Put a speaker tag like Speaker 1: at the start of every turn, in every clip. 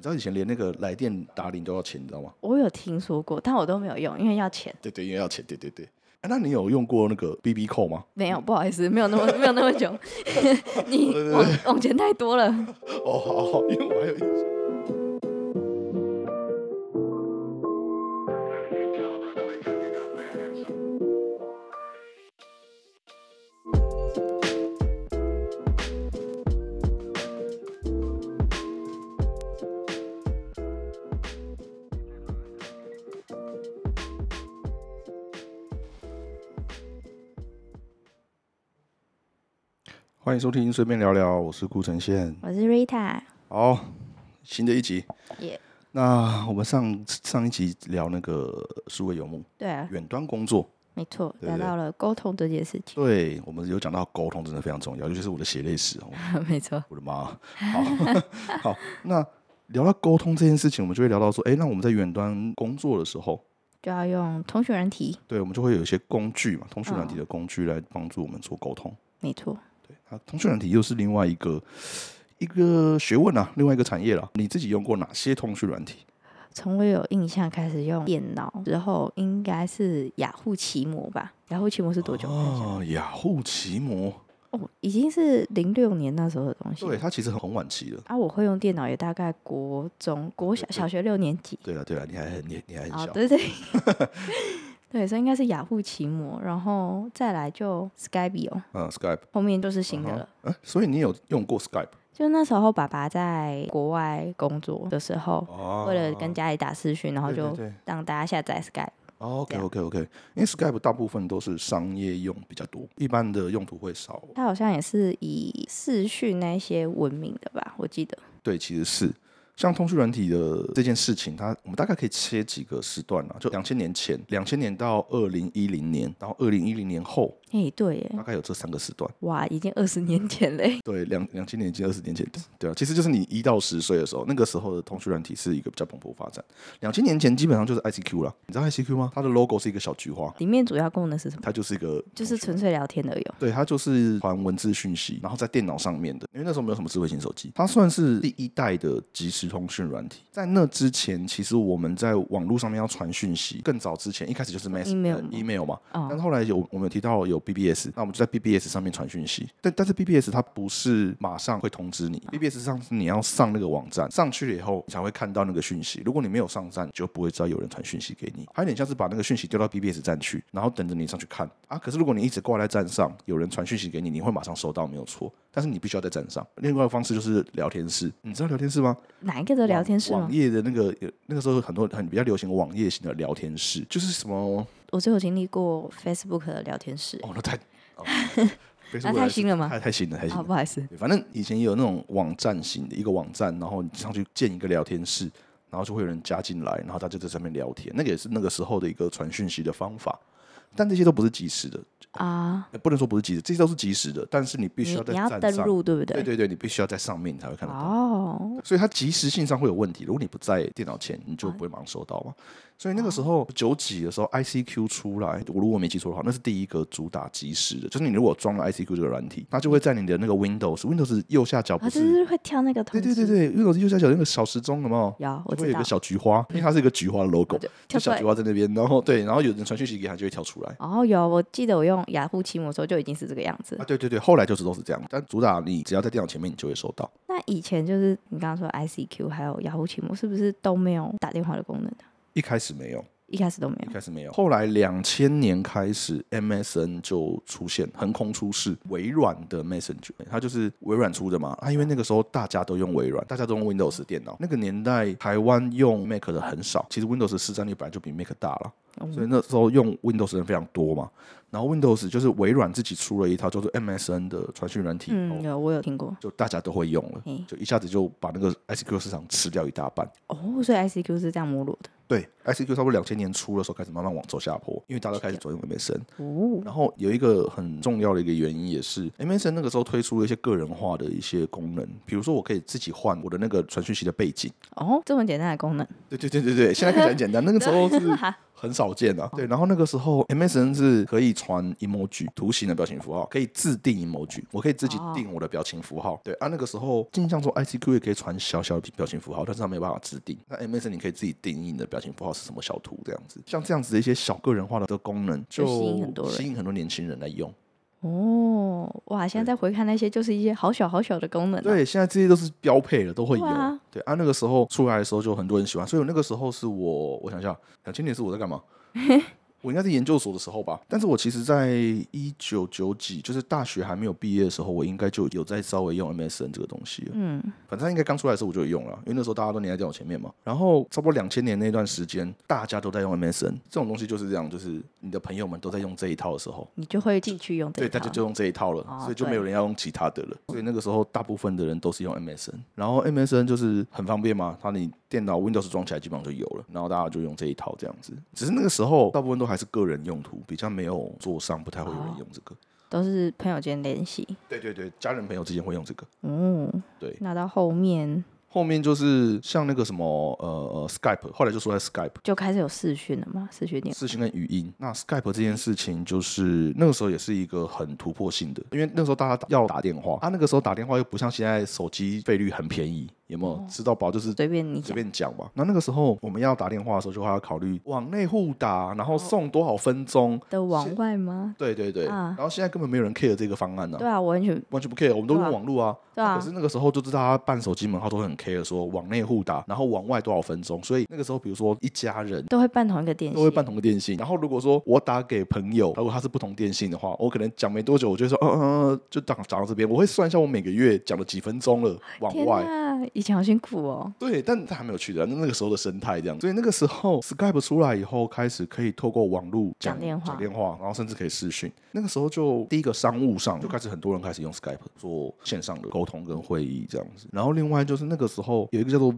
Speaker 1: 你知道以前连那个来电打铃都要钱，你知道吗？
Speaker 2: 我有听说过，但我都没有用，因为要钱。
Speaker 1: 对对，因为要钱。对对对。哎、那你有用过那个 BB 扣吗？
Speaker 2: 没有，不好意思，没有那么没有那么 久，你往往前太多了。
Speaker 1: 哦，好好，因为我还有印象。欢迎收听，随便聊聊，我是顾晨宪。
Speaker 2: 我是 Rita，
Speaker 1: 好，新的一集。
Speaker 2: 耶
Speaker 1: 那我们上上一集聊那个数位游牧
Speaker 2: 对啊，
Speaker 1: 远端工作，
Speaker 2: 没错，
Speaker 1: 对
Speaker 2: 聊
Speaker 1: 对
Speaker 2: 到了沟通这件事情，
Speaker 1: 对我们有讲到沟通真的非常重要，尤其是我的血泪史哦，
Speaker 2: 没错，
Speaker 1: 我的妈！好好，那聊到沟通这件事情，我们就会聊到说，哎，那我们在远端工作的时候，
Speaker 2: 就要用通讯软体，
Speaker 1: 对我们就会有一些工具嘛，通讯软体的工具来帮助我们做沟通。
Speaker 2: 没错，
Speaker 1: 啊，通讯软体又是另外一个一个学问啊，另外一个产业了。你自己用过哪些通讯软体？
Speaker 2: 从我有印象开始用电脑之后，应该是雅虎奇摩吧？雅虎奇摩是多久？
Speaker 1: 哦，雅虎奇摩，
Speaker 2: 哦，已经是零六年那时候的东西。
Speaker 1: 对，它其实很晚期了。
Speaker 2: 啊，我会用电脑也大概国中、国小、小学六年级。
Speaker 1: 对啊了对了，你还很你你还很
Speaker 2: 哦，
Speaker 1: 小，
Speaker 2: 对对 对，所以应该是雅虎奇摩，然后再来就 Skype 哦，
Speaker 1: 嗯，Skype，
Speaker 2: 后面就是新的了。
Speaker 1: 哎，所以你有用过 Skype
Speaker 2: 就那时候爸爸在国外工作的时候，
Speaker 1: 哦
Speaker 2: 为了跟家里打视讯，然后
Speaker 1: 对对
Speaker 2: 就
Speaker 1: 对
Speaker 2: 让大家下载 Skype。
Speaker 1: OK
Speaker 2: 这样
Speaker 1: OK OK，因为 Skype 大部分都是商业用比较多，一般的用途会少。
Speaker 2: 它好像也是以视讯那些闻名的吧，我记得。
Speaker 1: 对，其实是像通讯软体的这件事情，它我们大概可以切几个时段啊，就两千年前、两千年到二零一零年，然后二零一零年后，
Speaker 2: 哎、对耶，
Speaker 1: 大概有这三个时段。
Speaker 2: 哇，已经二十年前嘞。
Speaker 1: 对，两两千年已经二十年前，对啊，其实就是你一到十岁的时候，那个时候的通讯软体是一个比较蓬勃发展。两千年前基本上就是 ICQ 啦，你知道 ICQ 吗？它的 logo 是一个小菊花，
Speaker 2: 里面主要功能是什么？
Speaker 1: 它就是一个
Speaker 2: 就是纯粹聊天而已哦。
Speaker 1: 对，它就是传文字讯息，然后在电脑上面的，因为那时候没有什么智慧型手机，它算是第一代的即时通讯软体。在那之前，其实我们在网络上面要传讯息，更早之前一开始就是 mess
Speaker 2: email
Speaker 1: 呃
Speaker 2: 吗
Speaker 1: email 嘛，
Speaker 2: 哦
Speaker 1: 但是后来有我们有提到有 BBS，那我们就在 BBS 上面传讯息，但但是 BBS 它不是马上会通知你，BBS 上是你要上那个网站，上去了以后你才会看到那个讯息，如果你没有上站，你就不会知道有人传讯息给你，还有点像是把那个讯息丢到 BBS 站去，然后等着你上去看啊。可是如果你一直挂在站上，有人传讯息给你，你会马上收到，没有错，但是你必须要在站上。另外一个方式就是聊天室，你知道聊天室吗？
Speaker 2: 哪一个的聊天室
Speaker 1: 网
Speaker 2: 吗
Speaker 1: 网？页的那个有那个时候很多很比较流行网页型的聊天室，就是什么
Speaker 2: 我只有经历过 Facebook 的聊天室。
Speaker 1: 哦，那太，哦
Speaker 2: 那太新了吗
Speaker 1: 太太新了，太新
Speaker 2: 哦，
Speaker 1: 了。
Speaker 2: 不好意思，
Speaker 1: 对反正以前也有那种网站型的一个网站，然后你上去建一个聊天室，然后就会有人加进来，然后他就在上面聊天，那个也是那个时候的一个传讯息的方法。但这些都不是即时的，
Speaker 2: 啊，
Speaker 1: 呃不能说不是即时，这些都是即时的，但是你必须
Speaker 2: 你
Speaker 1: 要在
Speaker 2: 你要
Speaker 1: 站
Speaker 2: 登
Speaker 1: 上，
Speaker 2: 录对不
Speaker 1: 对
Speaker 2: 对？
Speaker 1: 对对，你必须要在上面你才会看得到。
Speaker 2: 哦，
Speaker 1: 所以它及时性上会有问题。如果你不在电脑前，你就不会
Speaker 2: 啊
Speaker 1: 马上收到嘛。所以那个时候九几的时候，ICQ 出来，我如果没记错的话，那是第一个主打即时的，就是你如果装了 ICQ 这个软体，它就会在你的那个 Windows，Windows 右下角
Speaker 2: 啊，
Speaker 1: 不？
Speaker 2: 就是是会跳那个通
Speaker 1: 对对
Speaker 2: 知。
Speaker 1: 对对，Windows 右下角那个小时钟，有没有？
Speaker 2: 有，我
Speaker 1: 会
Speaker 2: 知
Speaker 1: 有一
Speaker 2: 道
Speaker 1: 个。小菊花，因为它是一个菊花的 logo，
Speaker 2: 就
Speaker 1: 就
Speaker 2: 跳出
Speaker 1: 小
Speaker 2: 来
Speaker 1: 菊。花在那边，然后对，然后有人传讯息给它，就会跳出来。
Speaker 2: 哦，有，我记得我用雅虎奇摩的时候就已经是这个样子
Speaker 1: 啊，。对对对，后来就是都是这样，但主打你只要在电脑前面，你就会收到。
Speaker 2: 那以前就是你刚刚说 ICQ 还有雅虎奇摩，是不是都没有打电话的功能的？
Speaker 1: 一开始没有，
Speaker 2: 一开始都没
Speaker 1: 一
Speaker 2: 有。
Speaker 1: 开始没有，后来两千年开始，MSN 就出现，横空出世，微软的 Messenger，它就是微软出的嘛。啊，因为那个时候大家都用微软，大家都用 Windows 电脑，那个年代台湾用 Mac 的很少，其实 Windows 的市占率本来就比 Mac 大了，所以那时候用 Windows 的人非常多嘛。然后 Windows 就是微软自己出了一套叫做 MSN 的传讯软体，
Speaker 2: 嗯，有，我有听过。
Speaker 1: 就大家都会用了
Speaker 2: 嗯，
Speaker 1: 就一下子就把那个 ICQ 市场吃掉一大半。
Speaker 2: 哦，所以 ICQ 是这样没落的。
Speaker 1: 对，ICQ 差不多两千年初的时候开始慢慢往走下坡，因为大家都开始转用 MSN。
Speaker 2: 哦，
Speaker 1: 然后有一个很重要的一个原因，也是 MSN 那个时候推出了一些个人化的一些功能，比如说我可以自己换我的那个传讯息的背景。
Speaker 2: 哦，这么简单的功能，
Speaker 1: 对对对对对，现在看起来很简单，那个时候 是很少见
Speaker 2: 哦
Speaker 1: 的、对，然后那个时候 MSN 是可以传 emoji 图形的表情符号，可以自定 emoji，我可以自己
Speaker 2: 哦
Speaker 1: 定我的表情符号。对啊，那个时候印象中 ICQ 也可以传小小的表情符号，但是它没有办法自定。那 MSN 你可以自己定义你的表情符号是什么小图这样子，像这样子的一些小个人化的的功能，
Speaker 2: 就
Speaker 1: 就
Speaker 2: 吸引很多人
Speaker 1: 吸引很多年轻人来用。
Speaker 2: 哦，哇，现在再回看那些，就是一些好小好小的功能、啊。，
Speaker 1: 对，现在这些都是标配了，都会有。
Speaker 2: 对啊
Speaker 1: 对啊，那个时候出来的时候就很多人喜欢，所以我那个时候是我，我想一下，两千年是我在干 嘛？我应该是研究所的时候吧，但是我其实，在一九九几，就是大学还没有毕业的时候，我应该就有在稍微用 MSN 这个东西了。
Speaker 2: 嗯，
Speaker 1: 反正它应该刚出来的时候我就有用了，因为那时候大家都黏在我前面嘛。然后差不多两千年那段时间，大家都在用 MSN，这种东西就是这样，就是你的朋友们都在用这一套的时候，
Speaker 2: 你就会进去用这
Speaker 1: 对，
Speaker 2: 一
Speaker 1: 大家
Speaker 2: 套
Speaker 1: 就用这一套了，
Speaker 2: 哦
Speaker 1: 所以就没有人要用其他的了。所以那个时候，大部分的人都是用 MSN，然后 MSN 就是很方便嘛，它你电脑 Windows 装起来基本上就有了，然后大家就用这一套这样子。只是那个时候大部分都还是个人用途，比较没有桌上，不太会有人用这个。
Speaker 2: 都是朋友间联系。
Speaker 1: 对对对，家人朋友之间会用这个。
Speaker 2: 嗯，
Speaker 1: 对，
Speaker 2: 那到后面
Speaker 1: 后面就是像那个什么呃呃 Skype，后来就说在 Skype。
Speaker 2: 就开始有视讯了嘛，视讯点
Speaker 1: 视讯跟语音。那 Skype 这
Speaker 2: 嗯
Speaker 1: 件事情，就是那个时候也是一个很突破性的，因为那时候大家要打电话，啊他、那个时候打电话又不像现在手机费率很便宜，有没
Speaker 2: 哦
Speaker 1: 有？吃到饱就是。
Speaker 2: 随便你
Speaker 1: 随
Speaker 2: 讲。
Speaker 1: 便讲嘛，那那个时候我们要打电话的时候，就还要考虑往内互打，然后送多少分钟。
Speaker 2: 的往外吗？
Speaker 1: 对对对，
Speaker 2: 啊
Speaker 1: 然后现在根本没有人 care 这个方案呢、
Speaker 2: 对啊，我完全
Speaker 1: 完全不 care，我们都
Speaker 2: 对啊
Speaker 1: 用网络啊。
Speaker 2: 对啊
Speaker 1: 可是那个时候就是大家办手机门号都会很 care，说往内互打，然后往外多少分钟。所以那个时候，比如说一家人
Speaker 2: 都会办同一个电
Speaker 1: 都会
Speaker 2: 信。
Speaker 1: 办同个电信。然后如果说我打给朋友，如果他是不同电信的话，我可能讲没多久，我就会说，嗯嗯，嗯就讲讲到这边，我会算一下我每个月讲了几分钟了，往
Speaker 2: 天
Speaker 1: 外。
Speaker 2: 呐，以前好辛苦哦。
Speaker 1: 对，但他还没有去的，那那个时候的生态这样，所以那个时候 Skype 出来以后，开始可以透过网络
Speaker 2: 讲电话
Speaker 1: 讲电话，然后甚至可以视讯。那个时候就第一个商务上就开始很多人开始用 Skype 做线上的沟通跟会议这样子。然后另外就是那个时候有一个叫做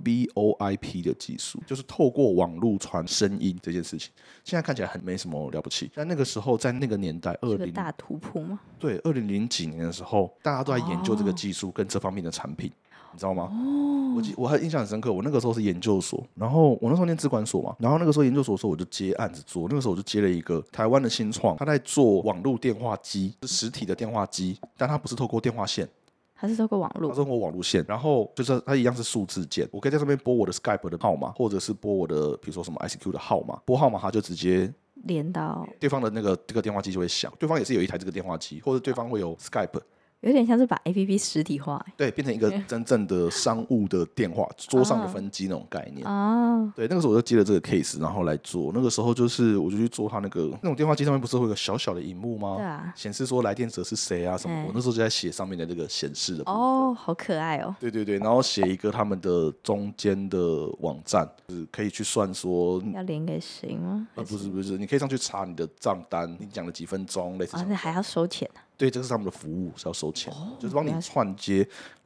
Speaker 1: VoIP 的技术，就是透过网络传声音这件事情，现在看起来很没什么了不起，但那个时候在那个年代，二
Speaker 2: 是个
Speaker 1: 零
Speaker 2: 大突破吗？
Speaker 1: 对，二零零几年的时候，大家都在研究这个技术跟这方面的产品，你知道吗？哦，我记我还印象很深刻，我那个时候是研究所，然后我那时候念资管所嘛，然后那个时候研究所的时候我就接案子做，那个时候我就接了一个台湾的新创，他在做网络电话机，是实体的电话机，但它不是透过电话线，
Speaker 2: 还是透过网
Speaker 1: 它
Speaker 2: 络？
Speaker 1: 是透过网路线，然后就是它一样是数字键，我可以在上面拨我的 Skype 的号码，或者是拨我的比如说什么 ICQ 的号码，拨号码它就直接
Speaker 2: 连到
Speaker 1: 对方的那个这个电话机就会响，对方也是有一台这个电话机，或者对方会有 Skype。
Speaker 2: 有点像是把 A P P 实体化欸
Speaker 1: 对，变成一个真正的商务的电话桌上的
Speaker 2: 嗯
Speaker 1: 分机那种概念。
Speaker 2: 啊。
Speaker 1: 对，那个时候我就接了这个 case，然后来做。那个时候就是，我就去做他那个那种电话机上面不是会有个小小的荧幕吗？
Speaker 2: 对啊
Speaker 1: 显示说来电者是谁啊什么的。
Speaker 2: 哎
Speaker 1: 我那时候就在写上面的那个显示的部分。
Speaker 2: 哦，好可爱哦。
Speaker 1: 对对对，然后写一个他们的中间的网站，就是可以去算说，
Speaker 2: 要连给谁吗？
Speaker 1: 呃，不是不是，你可以上去查你的账单，你讲了几分钟，类似
Speaker 2: 啊
Speaker 1: 像，
Speaker 2: 那还要收钱啊？
Speaker 1: 对，这个是他们的服务是要收钱的，就是帮你
Speaker 2: 哦原来是
Speaker 1: 串接。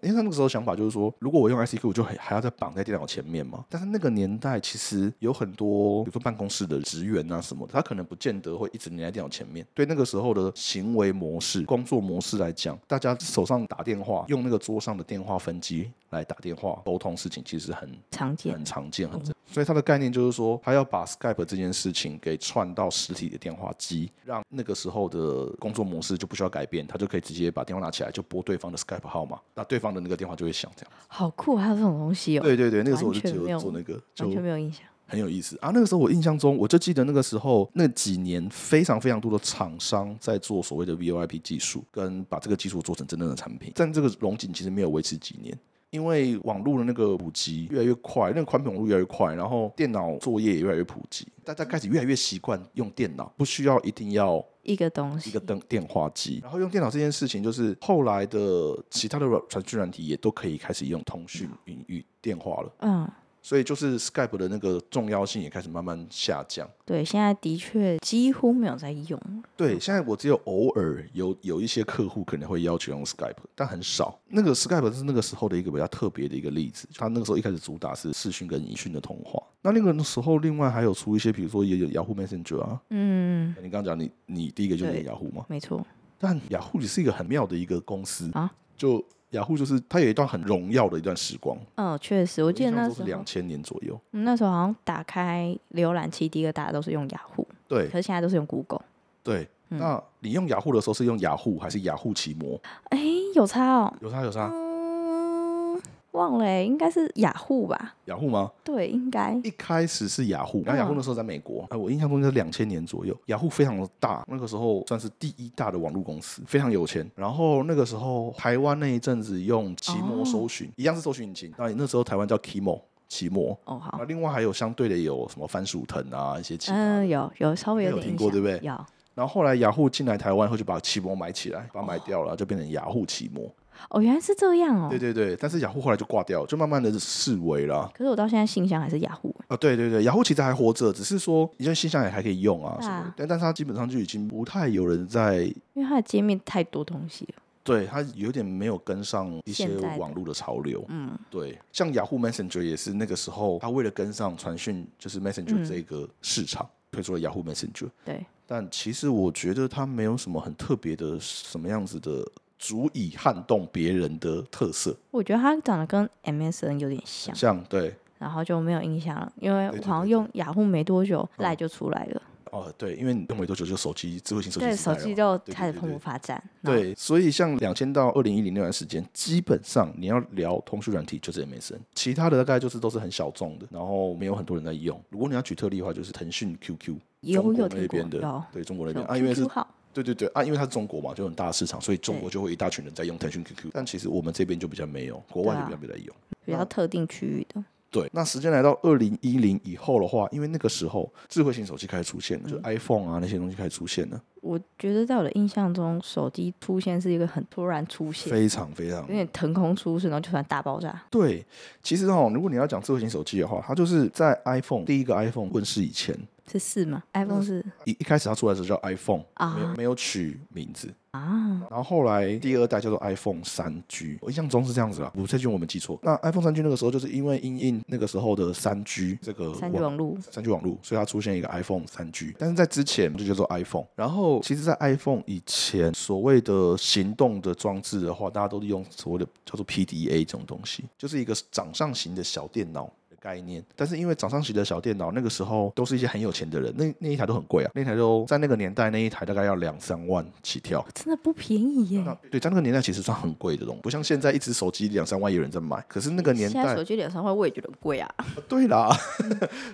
Speaker 1: 因为他那个时候想法就是说，如果我用 ICQ，我就还还要再绑在电脑前面嘛。但是那个年代其实有很多，比如说办公室的职员啊什么的，他可能不见得会一直黏在电脑前面。对那个时候的行为模式、工作模式来讲，大家手上打电话，用那个桌上的电话分机来打电话沟通事情，其实很
Speaker 2: 常见
Speaker 1: 很常见，
Speaker 2: 嗯
Speaker 1: 很常所以它的概念就是说，它要把 Skype 这件事情给串到实体的电话机，让那个时候的工作模式就不需要改变，它就可以直接把电话拿起来就拨对方的 Skype 号码，那对方的那个电话就会响。这样，
Speaker 2: 好酷，还有这种东西哦，
Speaker 1: 对对对，那个时候我就
Speaker 2: 完全
Speaker 1: 只
Speaker 2: 没
Speaker 1: 有
Speaker 2: 有
Speaker 1: 做那个，就
Speaker 2: 完全没有印象。
Speaker 1: 很有意思啊。那个时候我印象中，我就记得那个时候那几年非常非常多的厂商在做所谓的 VoIP 技术，跟把这个技术做成真正的产品，但这个龙井其实没有维持几年。因为网络的那个普及越来越快，那个宽频网络越来越快，然后电脑作业也越来越普及，大家开始越来越习惯用电脑，不需要一定要
Speaker 2: 一个东西，
Speaker 1: 一个灯电话机，然后用电脑这件事情，就是后来的其他的软传讯软体也都可以开始用通讯、语语电话了。
Speaker 2: 嗯，
Speaker 1: 所以就是 Skype 的那个重要性也开始慢慢下降。
Speaker 2: 对，现在的确几乎没有在用了。
Speaker 1: 对，现在我只有偶尔有有一些客户可能会要求用 Skype，但很少。那个 Skype 是那个时候的一个比较特别的一个例子，它那个时候一开始主打是视讯跟音讯的通话。那那个时候，另外还有出一些，比如说也有 Yahoo Messenger 啊，
Speaker 2: 嗯，
Speaker 1: 你刚刚讲你你第一个就是
Speaker 2: 对
Speaker 1: Yahoo 嘛，
Speaker 2: 没错。
Speaker 1: 但雅虎也是一个很妙的一个公司
Speaker 2: 啊，
Speaker 1: 就雅虎就是它有一段很荣耀的一段时光，
Speaker 2: 嗯，确实，我记得
Speaker 1: 印象
Speaker 2: 那
Speaker 1: 中
Speaker 2: 时
Speaker 1: 是
Speaker 2: 候
Speaker 1: 两，千年左右，
Speaker 2: 我们嗯那时候好像打开浏览器，第一个大家都是用雅虎，
Speaker 1: 对
Speaker 2: 可是现在都是用 Google。
Speaker 1: 对。
Speaker 2: 嗯
Speaker 1: 那你用雅虎的时候是用雅虎还是雅虎奇摩？
Speaker 2: 哎，有差哦。
Speaker 1: 有啥有啥？
Speaker 2: 嗯，忘了欸，应该是雅虎吧？
Speaker 1: 雅虎吗？
Speaker 2: 对，应该。
Speaker 1: 一开始是雅
Speaker 2: 嗯
Speaker 1: 虎，然后雅虎那时候在美国，哎，我印象中就是两千年左右，雅虎非常的大，那个时候算是第一大的网络公司，非常有钱。然后那个时候台湾那一阵子用奇摩搜寻，一样是搜寻引擎，那那时候台湾叫 Kimo 奇摩，
Speaker 2: 哦，好
Speaker 1: 那，另外还有相对的有什么番薯藤啊一些其他的，
Speaker 2: 嗯，有有稍微
Speaker 1: 应该
Speaker 2: 有
Speaker 1: 有
Speaker 2: 点
Speaker 1: 听
Speaker 2: 印
Speaker 1: 过对
Speaker 2: 象
Speaker 1: 不对
Speaker 2: 有
Speaker 1: 然后后来雅虎进来台湾后就把奇摩买起来，把它买掉了，就变成雅虎奇摩。
Speaker 2: 哦，原来是这样哦
Speaker 1: 对。对对，但是雅虎后来就挂掉了，就慢慢的式微啦。
Speaker 2: 可是我到现在信箱还是雅虎欸。
Speaker 1: 啊，对对对，雅虎其实还活着，只是说一些信箱也还可以用啊
Speaker 2: 啊
Speaker 1: 什么的，但但是它基本上就已经不太有人在，
Speaker 2: 因为它的界面太多东西了。
Speaker 1: 对它有点没有跟上一些
Speaker 2: 现在的
Speaker 1: 网络的潮流。
Speaker 2: 嗯，
Speaker 1: 对，像雅虎 Messenger 也是那个时候，它为了跟上传讯就是 Messenger
Speaker 2: 嗯
Speaker 1: 这个市场，推出了雅虎 Messenger。
Speaker 2: 对，
Speaker 1: 但其实我觉得它没有什么很特别的什么样子的足以撼动别人的特色，
Speaker 2: 我觉得它长得跟 MSN 有点像，
Speaker 1: 像对
Speaker 2: 然后就没有印象了，因为
Speaker 1: 对
Speaker 2: 我
Speaker 1: 对
Speaker 2: 好像
Speaker 1: 对嗯
Speaker 2: 用雅虎没多久，赖就出来了，
Speaker 1: 哦对，因为你用没多久就手机智慧型手机时
Speaker 2: 对，
Speaker 1: 代
Speaker 2: 手
Speaker 1: 了
Speaker 2: 机
Speaker 1: 嘛
Speaker 2: 就
Speaker 1: 对对
Speaker 2: 开始
Speaker 1: 对
Speaker 2: 蓬
Speaker 1: 对
Speaker 2: 勃发展。然后，
Speaker 1: 对，所以像两千到二零一零那段时间，基本上你要聊通讯软体就是 MSN，其他的大概就是都是很小众的，然后没有很多人在用。如果你要举特例的话，就是腾讯 QQ，
Speaker 2: 有
Speaker 1: 中国
Speaker 2: 有听
Speaker 1: 那
Speaker 2: 过
Speaker 1: 边的
Speaker 2: 有，
Speaker 1: 对中国那
Speaker 2: 就
Speaker 1: 边啊，因为
Speaker 2: QQ
Speaker 1: 是
Speaker 2: 号
Speaker 1: 对对对啊，因为它是中国嘛，就很大的市场，所以中国
Speaker 2: 对
Speaker 1: 就会一大群人在用腾讯 QQ，但其实我们这边就比较没有，国
Speaker 2: 啊
Speaker 1: 外就比较没在用。
Speaker 2: 比
Speaker 1: 嗯
Speaker 2: 较特定区域的，
Speaker 1: 对，那时间来到二零一零以后的话，因为那个时候智慧型手机开始出现
Speaker 2: 嗯
Speaker 1: 了，就是 iPhone 啊那些东西开始出现了，
Speaker 2: 我觉得在我的印象中，手机出现是一个很突然出现，
Speaker 1: 非常非常
Speaker 2: 有点腾空出世，然后就突然大爆炸。
Speaker 1: 对，其实哦，如果你要讲智慧型手机的话，它就是在 iPhone 第一个 iPhone 问世以前，
Speaker 2: 是四吗？iPhone 是
Speaker 1: 一一开始它出来的时候叫 iPhone，、没有
Speaker 2: 啊
Speaker 1: 没有取名字，
Speaker 2: 啊，
Speaker 1: 然后后来第二代叫做 iPhone 三 G，我印象中是这样子啦，我这句我们记错。那 iPhone 三 G 那个时候就是因为因应那个时候的三 G 这个
Speaker 2: 三 G 网络
Speaker 1: 三 G 网络，所以它出现一个 iPhone 三 G，但是在之前就叫做 iPhone。然后其实，在 iPhone 以前，所谓的行动的装置的话，大家都是用所谓的叫做 PDA 这种东西，就是一个掌上型的小电脑。的概念，但是因为掌上型的小电脑，那个时候都是一些很有钱的人，那那一台都很贵啊，那一台都在那个年代，那一台大概要两三万起跳。
Speaker 2: 真的不便宜耶。
Speaker 1: 那对，在那个年代其实算很贵的东西，不像现在一只手机两三万有人在买。可是那个年
Speaker 2: 现在
Speaker 1: 代
Speaker 2: 手，机两三万我也觉得贵啊，
Speaker 1: 对啦，